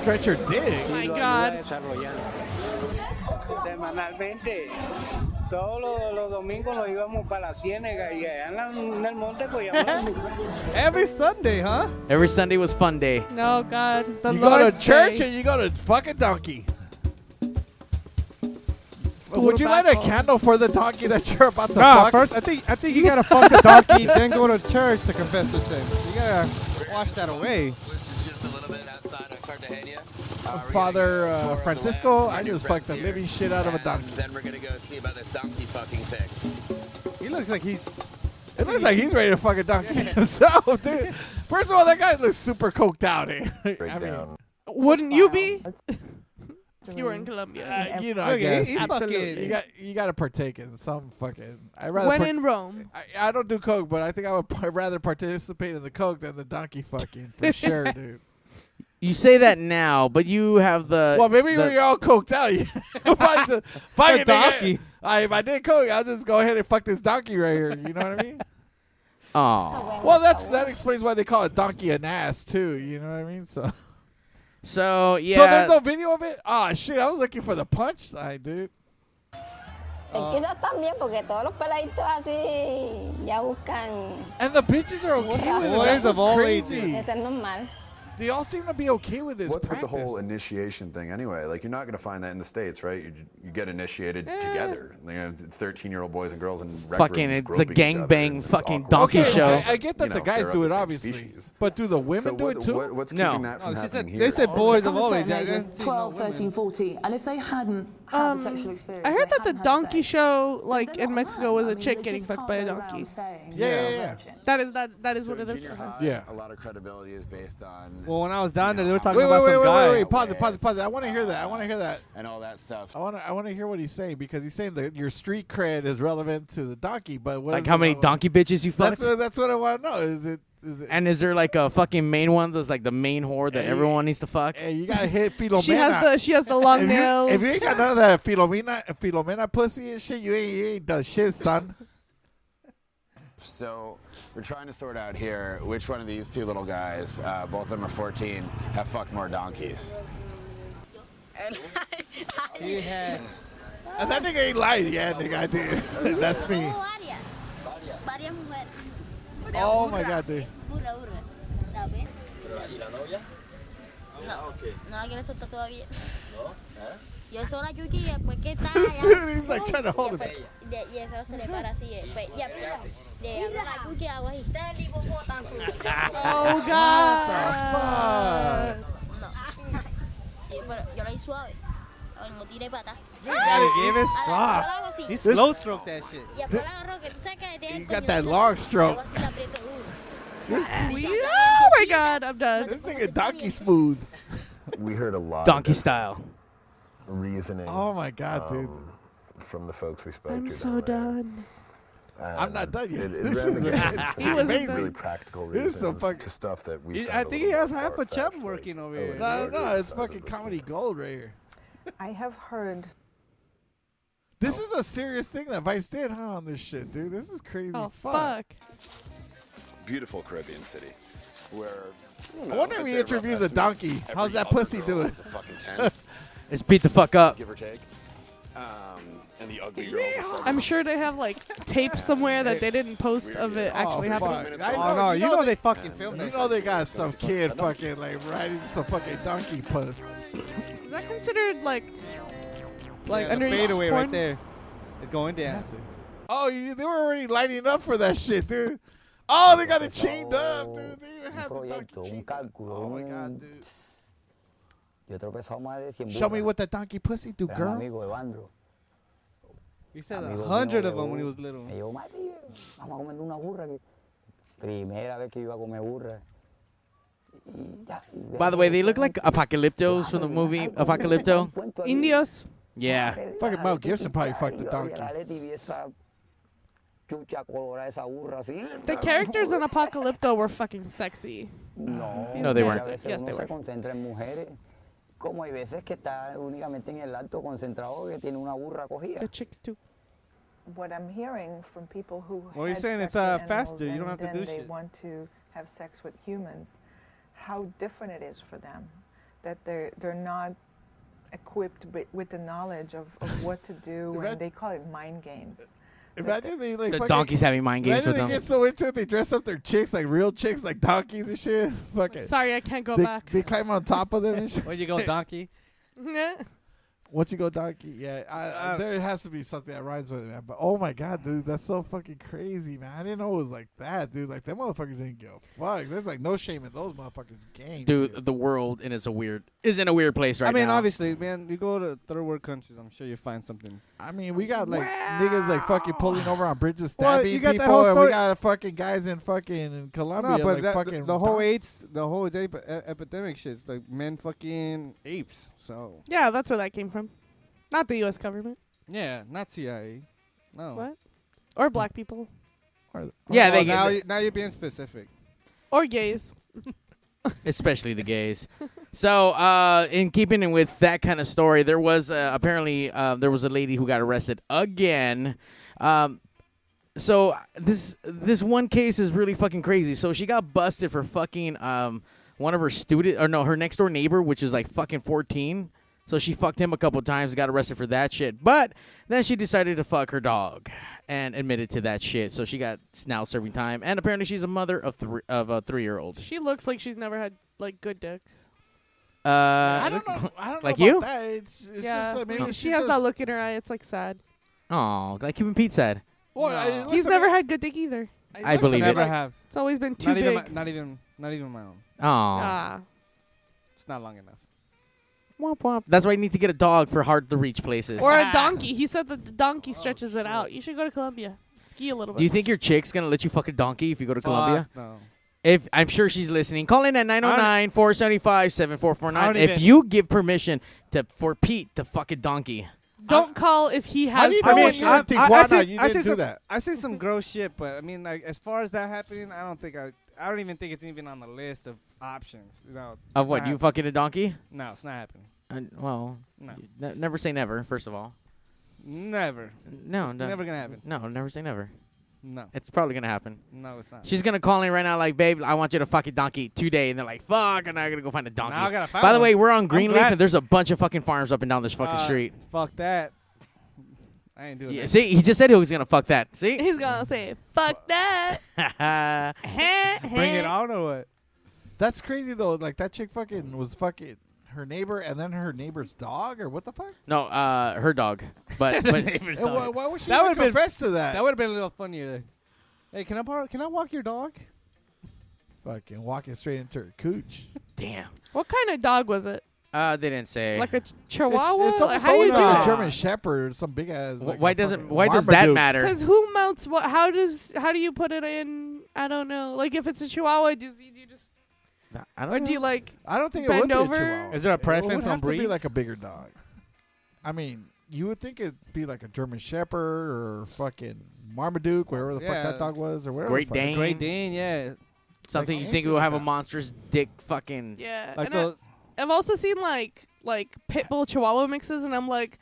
Speaker 6: Stretch your
Speaker 11: Oh
Speaker 6: dick.
Speaker 22: y lo ayuda a desarrollar. Semanalmente, todos los, los domingos nos íbamos para la ciénaga y allá en, la- en el monte pues llamamos.
Speaker 7: Every Sunday, huh?
Speaker 5: Every Sunday was fun day.
Speaker 3: No, God. The
Speaker 6: you go to
Speaker 3: Lord's
Speaker 6: church
Speaker 3: Day.
Speaker 6: and you go to fucking donkey. Would you
Speaker 7: back
Speaker 6: light a
Speaker 7: off.
Speaker 6: candle for the donkey that you're about to
Speaker 7: Nah,
Speaker 6: fuck?
Speaker 7: first I think I think you gotta fuck the donkey, then go to church to confess your sins. You gotta wash that away.
Speaker 6: Father uh, Francisco, I just fucked the living shit out of a donkey.
Speaker 22: Then we're gonna go see about this donkey fucking thing.
Speaker 7: He looks like he's.
Speaker 6: It looks like he's ready to fuck a donkey himself, dude. First of all, that guy looks super coked out. Eh? I mean,
Speaker 3: Wouldn't you be? if you were in Colombia.
Speaker 6: uh, you know, I
Speaker 3: Okay,
Speaker 6: guess
Speaker 3: he's fucking-
Speaker 6: you got you got to partake in some fucking. I rather
Speaker 3: when
Speaker 6: par-
Speaker 3: in Rome.
Speaker 6: I, I don't do coke, but I think I would par- rather participate in the coke than the donkey fucking for sure, dude.
Speaker 5: You say that now, but you have the.
Speaker 6: well, maybe
Speaker 5: Uh, the-
Speaker 6: when you're all coked out, you fuck the fucking donkey. I, if I did coke, I'll just go ahead and fuck this donkey right here. You know what I mean?
Speaker 5: Aw.
Speaker 6: Well, that's that explains why they call it donkey an ass too. You know what I mean? So,
Speaker 5: So
Speaker 6: so
Speaker 5: yeah.
Speaker 6: there's no video of it. Ah, shit! I was looking for the punchline, dude. Ah.
Speaker 23: Quizás también, porque todos los peladitos así ya buscan.
Speaker 6: And the bitches are okay with it.
Speaker 7: Boys
Speaker 6: That's
Speaker 7: of
Speaker 6: what's
Speaker 7: all
Speaker 6: crazy.
Speaker 23: Eso es normal.
Speaker 6: They all seem to be okay with this.
Speaker 24: What's with the whole initiation thing anyway? Like, you're not going to find that in the States, right? You, you get initiated together. You know, 13 year old boys and girls in rec
Speaker 5: Fucking,
Speaker 24: rooms
Speaker 5: it's a
Speaker 24: groping each other,
Speaker 5: gangbang
Speaker 24: and it's
Speaker 5: fucking
Speaker 24: awkward.
Speaker 5: donkey
Speaker 6: Okay,
Speaker 5: show.
Speaker 6: I, I get that
Speaker 24: You know,
Speaker 6: the guys
Speaker 24: they're of
Speaker 6: do it,
Speaker 24: the same
Speaker 6: obviously,
Speaker 24: species.
Speaker 6: but do the women
Speaker 24: So
Speaker 6: do
Speaker 24: what-
Speaker 6: it too?
Speaker 24: what- what's No. keeping that from No, she happening said- here?
Speaker 7: they Oh, said boys of all
Speaker 21: Certain
Speaker 7: ages.
Speaker 21: ages, 12, 13, 14. And if they hadn't had
Speaker 3: Um,
Speaker 21: the sexual experience,
Speaker 3: I heard that the donkey show, like in Mexico, was a
Speaker 21: they
Speaker 3: chick getting
Speaker 21: just
Speaker 3: fucked
Speaker 21: can't
Speaker 3: by a
Speaker 21: go
Speaker 3: donkey.
Speaker 21: Yeah, yeah, yeah.
Speaker 3: That is that. That is what it is.
Speaker 6: Yeah.
Speaker 22: A lot of credibility is based on
Speaker 7: Well, when I was down there, they were talking
Speaker 6: wait,
Speaker 7: about
Speaker 6: wait,
Speaker 7: some
Speaker 6: wait,
Speaker 7: guy.
Speaker 6: wait, wait, wait! Pause it, pause it, pause it. I want to hear that. I want to hear that.
Speaker 22: and all that stuff.
Speaker 6: I want to. I want to hear what he's saying because he's saying that your street cred is relevant to the donkey. But what
Speaker 5: like
Speaker 6: is
Speaker 5: how
Speaker 6: it
Speaker 5: many
Speaker 6: relevant-
Speaker 5: donkey bitches you fucked?
Speaker 6: That's what, that's what I want to know. Is it? Is it?
Speaker 5: and is there like a fucking main one that's like the main whore that everyone needs to fuck?
Speaker 6: Hey, you gotta hit Filomena.
Speaker 3: She has the she has the long
Speaker 6: if
Speaker 3: nails.
Speaker 6: You, if you ain't got none of that Filomena, Filomena pussy and shit, you ain't, you ain't done shit, son.
Speaker 22: So we're trying to sort out here which one of these two little guys, uh, both of them are 14, have fucked more donkeys.
Speaker 6: He had. And that nigga ain't lying. Yeah, nigga, I did. That's me.
Speaker 23: Varias. Varias mujeres.
Speaker 6: Oh my god, dude.
Speaker 23: Burra, burra. ¿La ve? No, no quiero soltar todavía. Yo soy la Yuji y después que está allá.
Speaker 6: He's like trying to hold it. back.
Speaker 23: Y de- Y el rabo se le para así. eh, pues, y después- Y apenas le abro la Yuji hago así.
Speaker 3: Oh God.
Speaker 23: Sí, pero yo la hice suave. O no tiré pata.
Speaker 7: You gotta give it
Speaker 23: Yo la hago
Speaker 7: soft.
Speaker 23: así.
Speaker 7: He slow stroke that shit.
Speaker 23: Y después la agarro que tú sabes que tiene
Speaker 6: You
Speaker 23: el
Speaker 6: got
Speaker 23: coño
Speaker 6: that
Speaker 23: duro.
Speaker 6: long stroke.
Speaker 23: Hago así, la aprieto duro.
Speaker 3: We- oh my God, I'm done.
Speaker 6: This nigga donkey smooth.
Speaker 24: We heard a lot.
Speaker 5: Donkey style.
Speaker 24: Reasoning.
Speaker 6: Oh my god,
Speaker 22: um,
Speaker 6: dude.
Speaker 24: From the folks we spoke
Speaker 3: I'm
Speaker 24: to.
Speaker 3: so done.
Speaker 24: I'm
Speaker 6: not done yet.
Speaker 24: It, it
Speaker 6: This
Speaker 24: ran
Speaker 6: is
Speaker 24: the
Speaker 6: a-
Speaker 24: gamut
Speaker 6: He
Speaker 24: from
Speaker 6: wasn't
Speaker 24: really
Speaker 6: done.
Speaker 24: practical
Speaker 6: This is
Speaker 24: reasons
Speaker 6: so fuck-
Speaker 24: to stuff that we.
Speaker 7: He-
Speaker 24: found
Speaker 7: I
Speaker 24: a
Speaker 7: think he
Speaker 24: little
Speaker 7: has
Speaker 24: more
Speaker 7: half a
Speaker 24: far-fetched,
Speaker 7: chub working over here.
Speaker 6: No, no, no. It's fucking comedy gold right here.
Speaker 25: I have heard.
Speaker 7: Oh.
Speaker 6: This is a serious thing that Vice did, huh? On this shit, dude. This is crazy.
Speaker 3: Oh
Speaker 6: fuck.
Speaker 3: fuck.
Speaker 24: beautiful Caribbean city. Where
Speaker 6: I wonder if he interviews a donkey. How's that pussy doing?
Speaker 5: Let's beat the fuck up.
Speaker 24: give or take. Um, and the ugly girls are so
Speaker 3: I'm sure they have like tape somewhere that they didn't post of it actually happening.
Speaker 6: Oh, I
Speaker 7: Oh, no, you know they fucking filmed
Speaker 6: You
Speaker 7: that
Speaker 6: know they got some kid fucking like riding some fucking donkey puss.
Speaker 3: Is that considered like like
Speaker 7: Yeah, the
Speaker 3: underage
Speaker 7: fadeaway
Speaker 3: porn?
Speaker 7: right there. It's going down.
Speaker 6: Oh, you, they were already lining up for that shit, dude. Oh, they got it chained up, dude. They even had the donkey.
Speaker 22: Proyecto, un cálculo.
Speaker 6: Oh
Speaker 22: un- Yo he tropezado más de 100
Speaker 6: Show me
Speaker 22: burras.
Speaker 6: what that donkey pussy do,
Speaker 22: Gran
Speaker 6: girl.
Speaker 22: amigo Evandro.
Speaker 7: He said a
Speaker 22: Amigo mío
Speaker 7: hundred
Speaker 22: de
Speaker 7: of them when he
Speaker 22: un-
Speaker 7: was little.
Speaker 22: Me llevó, "Mati, vamos a comer una burra. que- Primera vez que iba a comer burra. Y ya, y ve-
Speaker 5: By the way, they look like Apocalyptos from the movie Apocalypto.
Speaker 3: Indios.
Speaker 5: Yeah.
Speaker 6: Fucking Mel Gibson probably fucked the
Speaker 22: Y
Speaker 6: donkey.
Speaker 22: la Leti vi esa chucha colorada esa burra así.
Speaker 3: The characters in Apocalypto were fucking sexy.
Speaker 22: No,
Speaker 3: No, they weren't.
Speaker 22: A veces
Speaker 3: Yes,
Speaker 22: uno
Speaker 3: they
Speaker 22: se
Speaker 3: were.
Speaker 22: concentra en mujeres. Como hay veces que está únicamente en el acto concentrado que tiene una burra cogida.
Speaker 3: The chicks too.
Speaker 25: What I'm hearing from people who
Speaker 7: Well, he's
Speaker 25: had
Speaker 7: saying it's,
Speaker 25: sex with animals
Speaker 7: uh, faster. You
Speaker 25: and
Speaker 7: don't have to
Speaker 25: then
Speaker 7: do
Speaker 25: they
Speaker 7: shit.
Speaker 25: want to have sex with humans, how different it is for them. That they're they're not equipped wi- with the knowledge of, of what to do, and they call it mind games.
Speaker 6: Imagine they like
Speaker 5: The
Speaker 6: fucking-
Speaker 5: donkeys having mind games
Speaker 6: imagine
Speaker 5: with
Speaker 6: they
Speaker 5: them.
Speaker 6: get so into it, they dress up their chicks like real chicks, like donkeys and shit. Fuck it.
Speaker 3: Sorry, I can't go
Speaker 6: they,
Speaker 3: back.
Speaker 6: They climb on top of them and shit.
Speaker 7: Where'd you go, donkey?
Speaker 6: Once you go donkey, yeah, I, I, there has to be something that rhymes with it, man. But oh my god, dude, that's so fucking crazy, man. I didn't know it was like that, dude. Like them motherfuckers didn't give a fuck. There's like no shame in those motherfuckers' game.
Speaker 5: Dude, the world and it's a weird is in a weird place right
Speaker 7: I mean,
Speaker 5: now.
Speaker 7: obviously, man, you go to third world countries, I'm sure you find something.
Speaker 6: I mean, we got like niggas like fucking pulling over on bridges,
Speaker 7: Well,
Speaker 6: stabbing
Speaker 7: you got that
Speaker 6: people,
Speaker 7: whole
Speaker 6: and
Speaker 7: story-
Speaker 6: we got fucking guys in fucking in Colombia,
Speaker 7: No, but
Speaker 6: like
Speaker 7: that-
Speaker 6: fucking
Speaker 7: the whole
Speaker 6: don-
Speaker 7: AIDS, the whole ape, e- epidemic shit, like men fucking apes. So
Speaker 3: Yeah, that's where that came from. Not the U.S. government.
Speaker 7: yeah, not CIA. No. oh,
Speaker 3: What? Or black people.
Speaker 5: Yeah, they get
Speaker 7: now,
Speaker 5: the-
Speaker 7: you, now you're being specific.
Speaker 3: Or gays.
Speaker 5: especially the gays. so, uh, in keeping in with that kind of story, there was uh, apparently uh, there was a lady who got arrested again. Um, so this this one case is really fucking crazy. So she got busted for fucking um, one of her student or no, her next door neighbor, which is like fucking fourteen. So she fucked him a couple times, got arrested for that shit. But then she decided to fuck her dog and admitted to that shit. So she got now serving time, and apparently she's a mother of three of a three year old.
Speaker 3: She looks like she's never had like good dick.
Speaker 5: Uh, I
Speaker 6: don't know- I don't know
Speaker 5: like
Speaker 6: about
Speaker 5: you?
Speaker 6: that. It's, it's
Speaker 3: yeah,
Speaker 6: just that maybe
Speaker 3: she,
Speaker 6: she
Speaker 3: has that
Speaker 6: just-
Speaker 3: look in her eye. It's like sad.
Speaker 5: Oh, like Cuban Pete said.
Speaker 6: Well, I- it looks
Speaker 3: He's
Speaker 6: like
Speaker 3: never had good dick either.
Speaker 5: I looks believe like- it.
Speaker 7: Never have.
Speaker 3: It's always been too
Speaker 7: not
Speaker 3: big.
Speaker 7: Even my, not even, not even my own.
Speaker 5: Oh,
Speaker 3: ah,
Speaker 7: It's not long enough.
Speaker 3: womp womp.
Speaker 5: that's why you need to get a dog for hard to reach places.
Speaker 3: Or a donkey. He said that the donkey
Speaker 6: Oh,
Speaker 3: stretches it out. You should go to Colombia, ski a little bit.
Speaker 5: Do you think your chick's gonna let you fuck a donkey if you go to
Speaker 7: Fuck
Speaker 5: Colombia?
Speaker 7: no.
Speaker 5: If I'm sure she's listening, call in at 909-475-7449
Speaker 7: I don't
Speaker 5: if
Speaker 7: even-
Speaker 5: you give permission to for Pete to fuck a donkey.
Speaker 3: Don't call if he has.
Speaker 6: you know when
Speaker 3: permission.
Speaker 6: you're in
Speaker 7: I- I
Speaker 6: Tijuana,
Speaker 7: see-
Speaker 6: you
Speaker 7: I see
Speaker 6: didn't do
Speaker 7: some-
Speaker 6: that.
Speaker 7: I see some gross shit, but I mean, like as far as that happening, I don't think I, I don't even think it's even on the list of options. You know, it's
Speaker 5: Of what
Speaker 7: not
Speaker 5: you
Speaker 7: hap-
Speaker 5: fucking a donkey?
Speaker 7: No, it's not happening.
Speaker 5: And, well,
Speaker 7: No.
Speaker 5: you ne- never say never. First of all,
Speaker 7: Never.
Speaker 5: no,
Speaker 7: It's
Speaker 5: no,
Speaker 7: never gonna happen.
Speaker 5: No, never say never.
Speaker 7: No.
Speaker 5: it's probably gonna happen.
Speaker 7: No, it's not.
Speaker 5: She's gonna call in right now, like, babe, I want you to fuck a donkey today, and they're like, fuck, and I gotta go find a donkey.
Speaker 7: Now I gotta find
Speaker 5: By the
Speaker 7: one.
Speaker 5: way, we're on
Speaker 7: I'm
Speaker 5: Greenleaf,
Speaker 7: glad-
Speaker 5: and there's a bunch of fucking farms up and down this fucking
Speaker 7: Uh,
Speaker 5: street.
Speaker 7: Fuck that. I ain't doing
Speaker 5: Yeah,
Speaker 7: that.
Speaker 5: see, he just said he was gonna fuck that. See,
Speaker 3: He's gonna say, "Fuck that." Uh,
Speaker 7: Bring it on or what?
Speaker 6: That's crazy though. Like that chick fucking was fucking her neighbor and then her neighbor's dog or what the fuck?
Speaker 5: no, uh, her dog, but
Speaker 7: The
Speaker 5: but Uh,
Speaker 7: neighbor's
Speaker 6: And why,
Speaker 7: dog.
Speaker 6: why would she
Speaker 7: That
Speaker 6: even
Speaker 7: would've been-
Speaker 6: confess to that?
Speaker 7: That would have been a little funnier. like, Hey, can I borrow, can I walk your dog?
Speaker 6: fucking walking straight into her cooch.
Speaker 5: damn,
Speaker 3: What kind of dog was it?
Speaker 5: uh, they didn't say.
Speaker 3: Like a ch- chihuahua?
Speaker 6: It's, it's
Speaker 3: Like,
Speaker 6: almost
Speaker 3: how do you
Speaker 6: always
Speaker 3: do
Speaker 6: like
Speaker 3: that?
Speaker 6: a German Shepherd or some big ass.
Speaker 5: Wh-
Speaker 6: Like
Speaker 5: why
Speaker 6: a
Speaker 5: doesn't
Speaker 6: fucking
Speaker 5: why does that
Speaker 6: Marmaduke.
Speaker 5: matter?
Speaker 3: Because who mounts what? How does how do you put it in? I don't know. Like if it's a Chihuahua, does do you just
Speaker 5: I
Speaker 3: or do you like?
Speaker 6: I don't think
Speaker 3: bend
Speaker 6: it would be
Speaker 3: over?
Speaker 6: a chihuahua.
Speaker 7: Is there a
Speaker 6: It would
Speaker 7: preference on
Speaker 6: have to be
Speaker 7: breeds?
Speaker 6: like a bigger dog. I mean, you would think it'd be like a German Shepherd or fucking Marmaduke, wherever the
Speaker 7: Yeah.
Speaker 6: fuck that dog was, or wherever.
Speaker 5: Great
Speaker 6: the fuck.
Speaker 5: Dane.
Speaker 7: Great Dane, yeah.
Speaker 5: Something you think will have a monstrous dick? Fucking
Speaker 3: Yeah.
Speaker 7: Like
Speaker 3: and I-
Speaker 7: those-
Speaker 3: I've also seen like like pit bull Chihuahua mixes, and I'm like,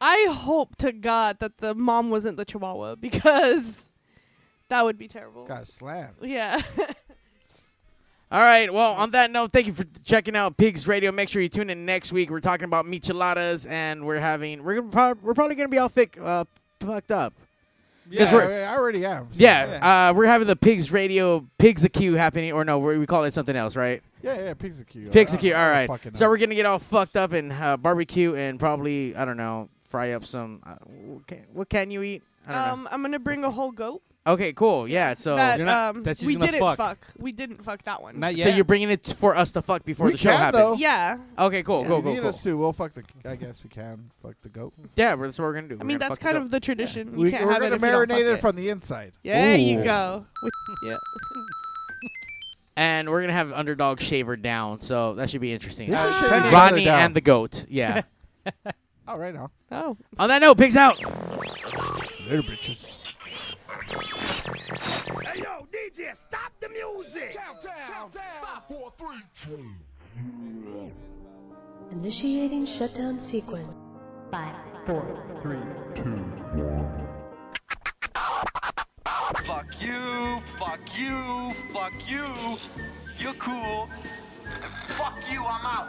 Speaker 3: I hope to God that the mom wasn't the Chihuahua because that would be terrible.
Speaker 6: Got slapped.
Speaker 3: Yeah.
Speaker 5: All right. Well, on that note, thank you for checking out Pigs Radio. Make sure you tune in next week. We're talking about micheladas, and we're having we're gonna prob- we're probably gonna be all thick, uh, fucked up. 'Cause
Speaker 6: Yeah,
Speaker 5: we're-
Speaker 6: I already am. so-
Speaker 5: yeah, Uh, we're having the Pigs Radio Pigs a Q happening, or no, we we call it something else, right?
Speaker 6: Yeah, yeah, pigs are cute.
Speaker 5: Pigs
Speaker 6: I
Speaker 5: a
Speaker 6: don't
Speaker 5: Q.
Speaker 6: know.
Speaker 5: All
Speaker 6: I
Speaker 5: right.
Speaker 6: fucking
Speaker 5: So
Speaker 6: know.
Speaker 5: we're gonna get all fucked up and uh, barbecue, and probably I don't know, fry up some. Uh, what can- what can you eat? I don't
Speaker 3: um, I'm gonna bring a whole goat
Speaker 5: know. Okay, cool. Yeah. So
Speaker 3: that
Speaker 7: You're not-
Speaker 3: um
Speaker 7: that's just
Speaker 3: we
Speaker 7: gonna
Speaker 3: didn't
Speaker 7: fuck.
Speaker 3: fuck. We didn't fuck that one.
Speaker 7: Not yet.
Speaker 5: so you're bringing it for us to fuck before
Speaker 6: We
Speaker 5: the show
Speaker 6: can,
Speaker 5: happens.
Speaker 6: though.
Speaker 3: Yeah.
Speaker 5: Okay. Cool.
Speaker 6: Yeah,
Speaker 5: cool.
Speaker 6: you
Speaker 5: Cool.
Speaker 6: need
Speaker 5: Cool.
Speaker 6: us to. We'll fuck the. I guess we can fuck the goat.
Speaker 5: Yeah, that's what we're gonna do.
Speaker 3: I mean, that's kind of the tradition. You
Speaker 6: We,
Speaker 3: can't
Speaker 6: are
Speaker 3: have it
Speaker 6: gonna
Speaker 3: if you don't fuck
Speaker 6: marinate it
Speaker 3: it.
Speaker 6: from the inside.
Speaker 3: There you
Speaker 5: Ooh.
Speaker 3: go. With- oh, yeah.
Speaker 5: and we're gonna have underdog shaver down, so that should be interesting.
Speaker 6: They should
Speaker 5: Uh,
Speaker 6: shave each other
Speaker 5: Rodney
Speaker 6: down.
Speaker 5: and the goat. Yeah.
Speaker 6: All right, now.
Speaker 3: Oh.
Speaker 5: On that note, pigs out.
Speaker 6: Later, bitches.
Speaker 26: Hey yo, DJ, stop the music! Countdown! Countdown! Five, four, three, two.
Speaker 19: Initiating shutdown sequence. Five, four,
Speaker 26: Three, two,
Speaker 11: Fuck you, fuck you, fuck you. You're cool. Fuck you, I'm out.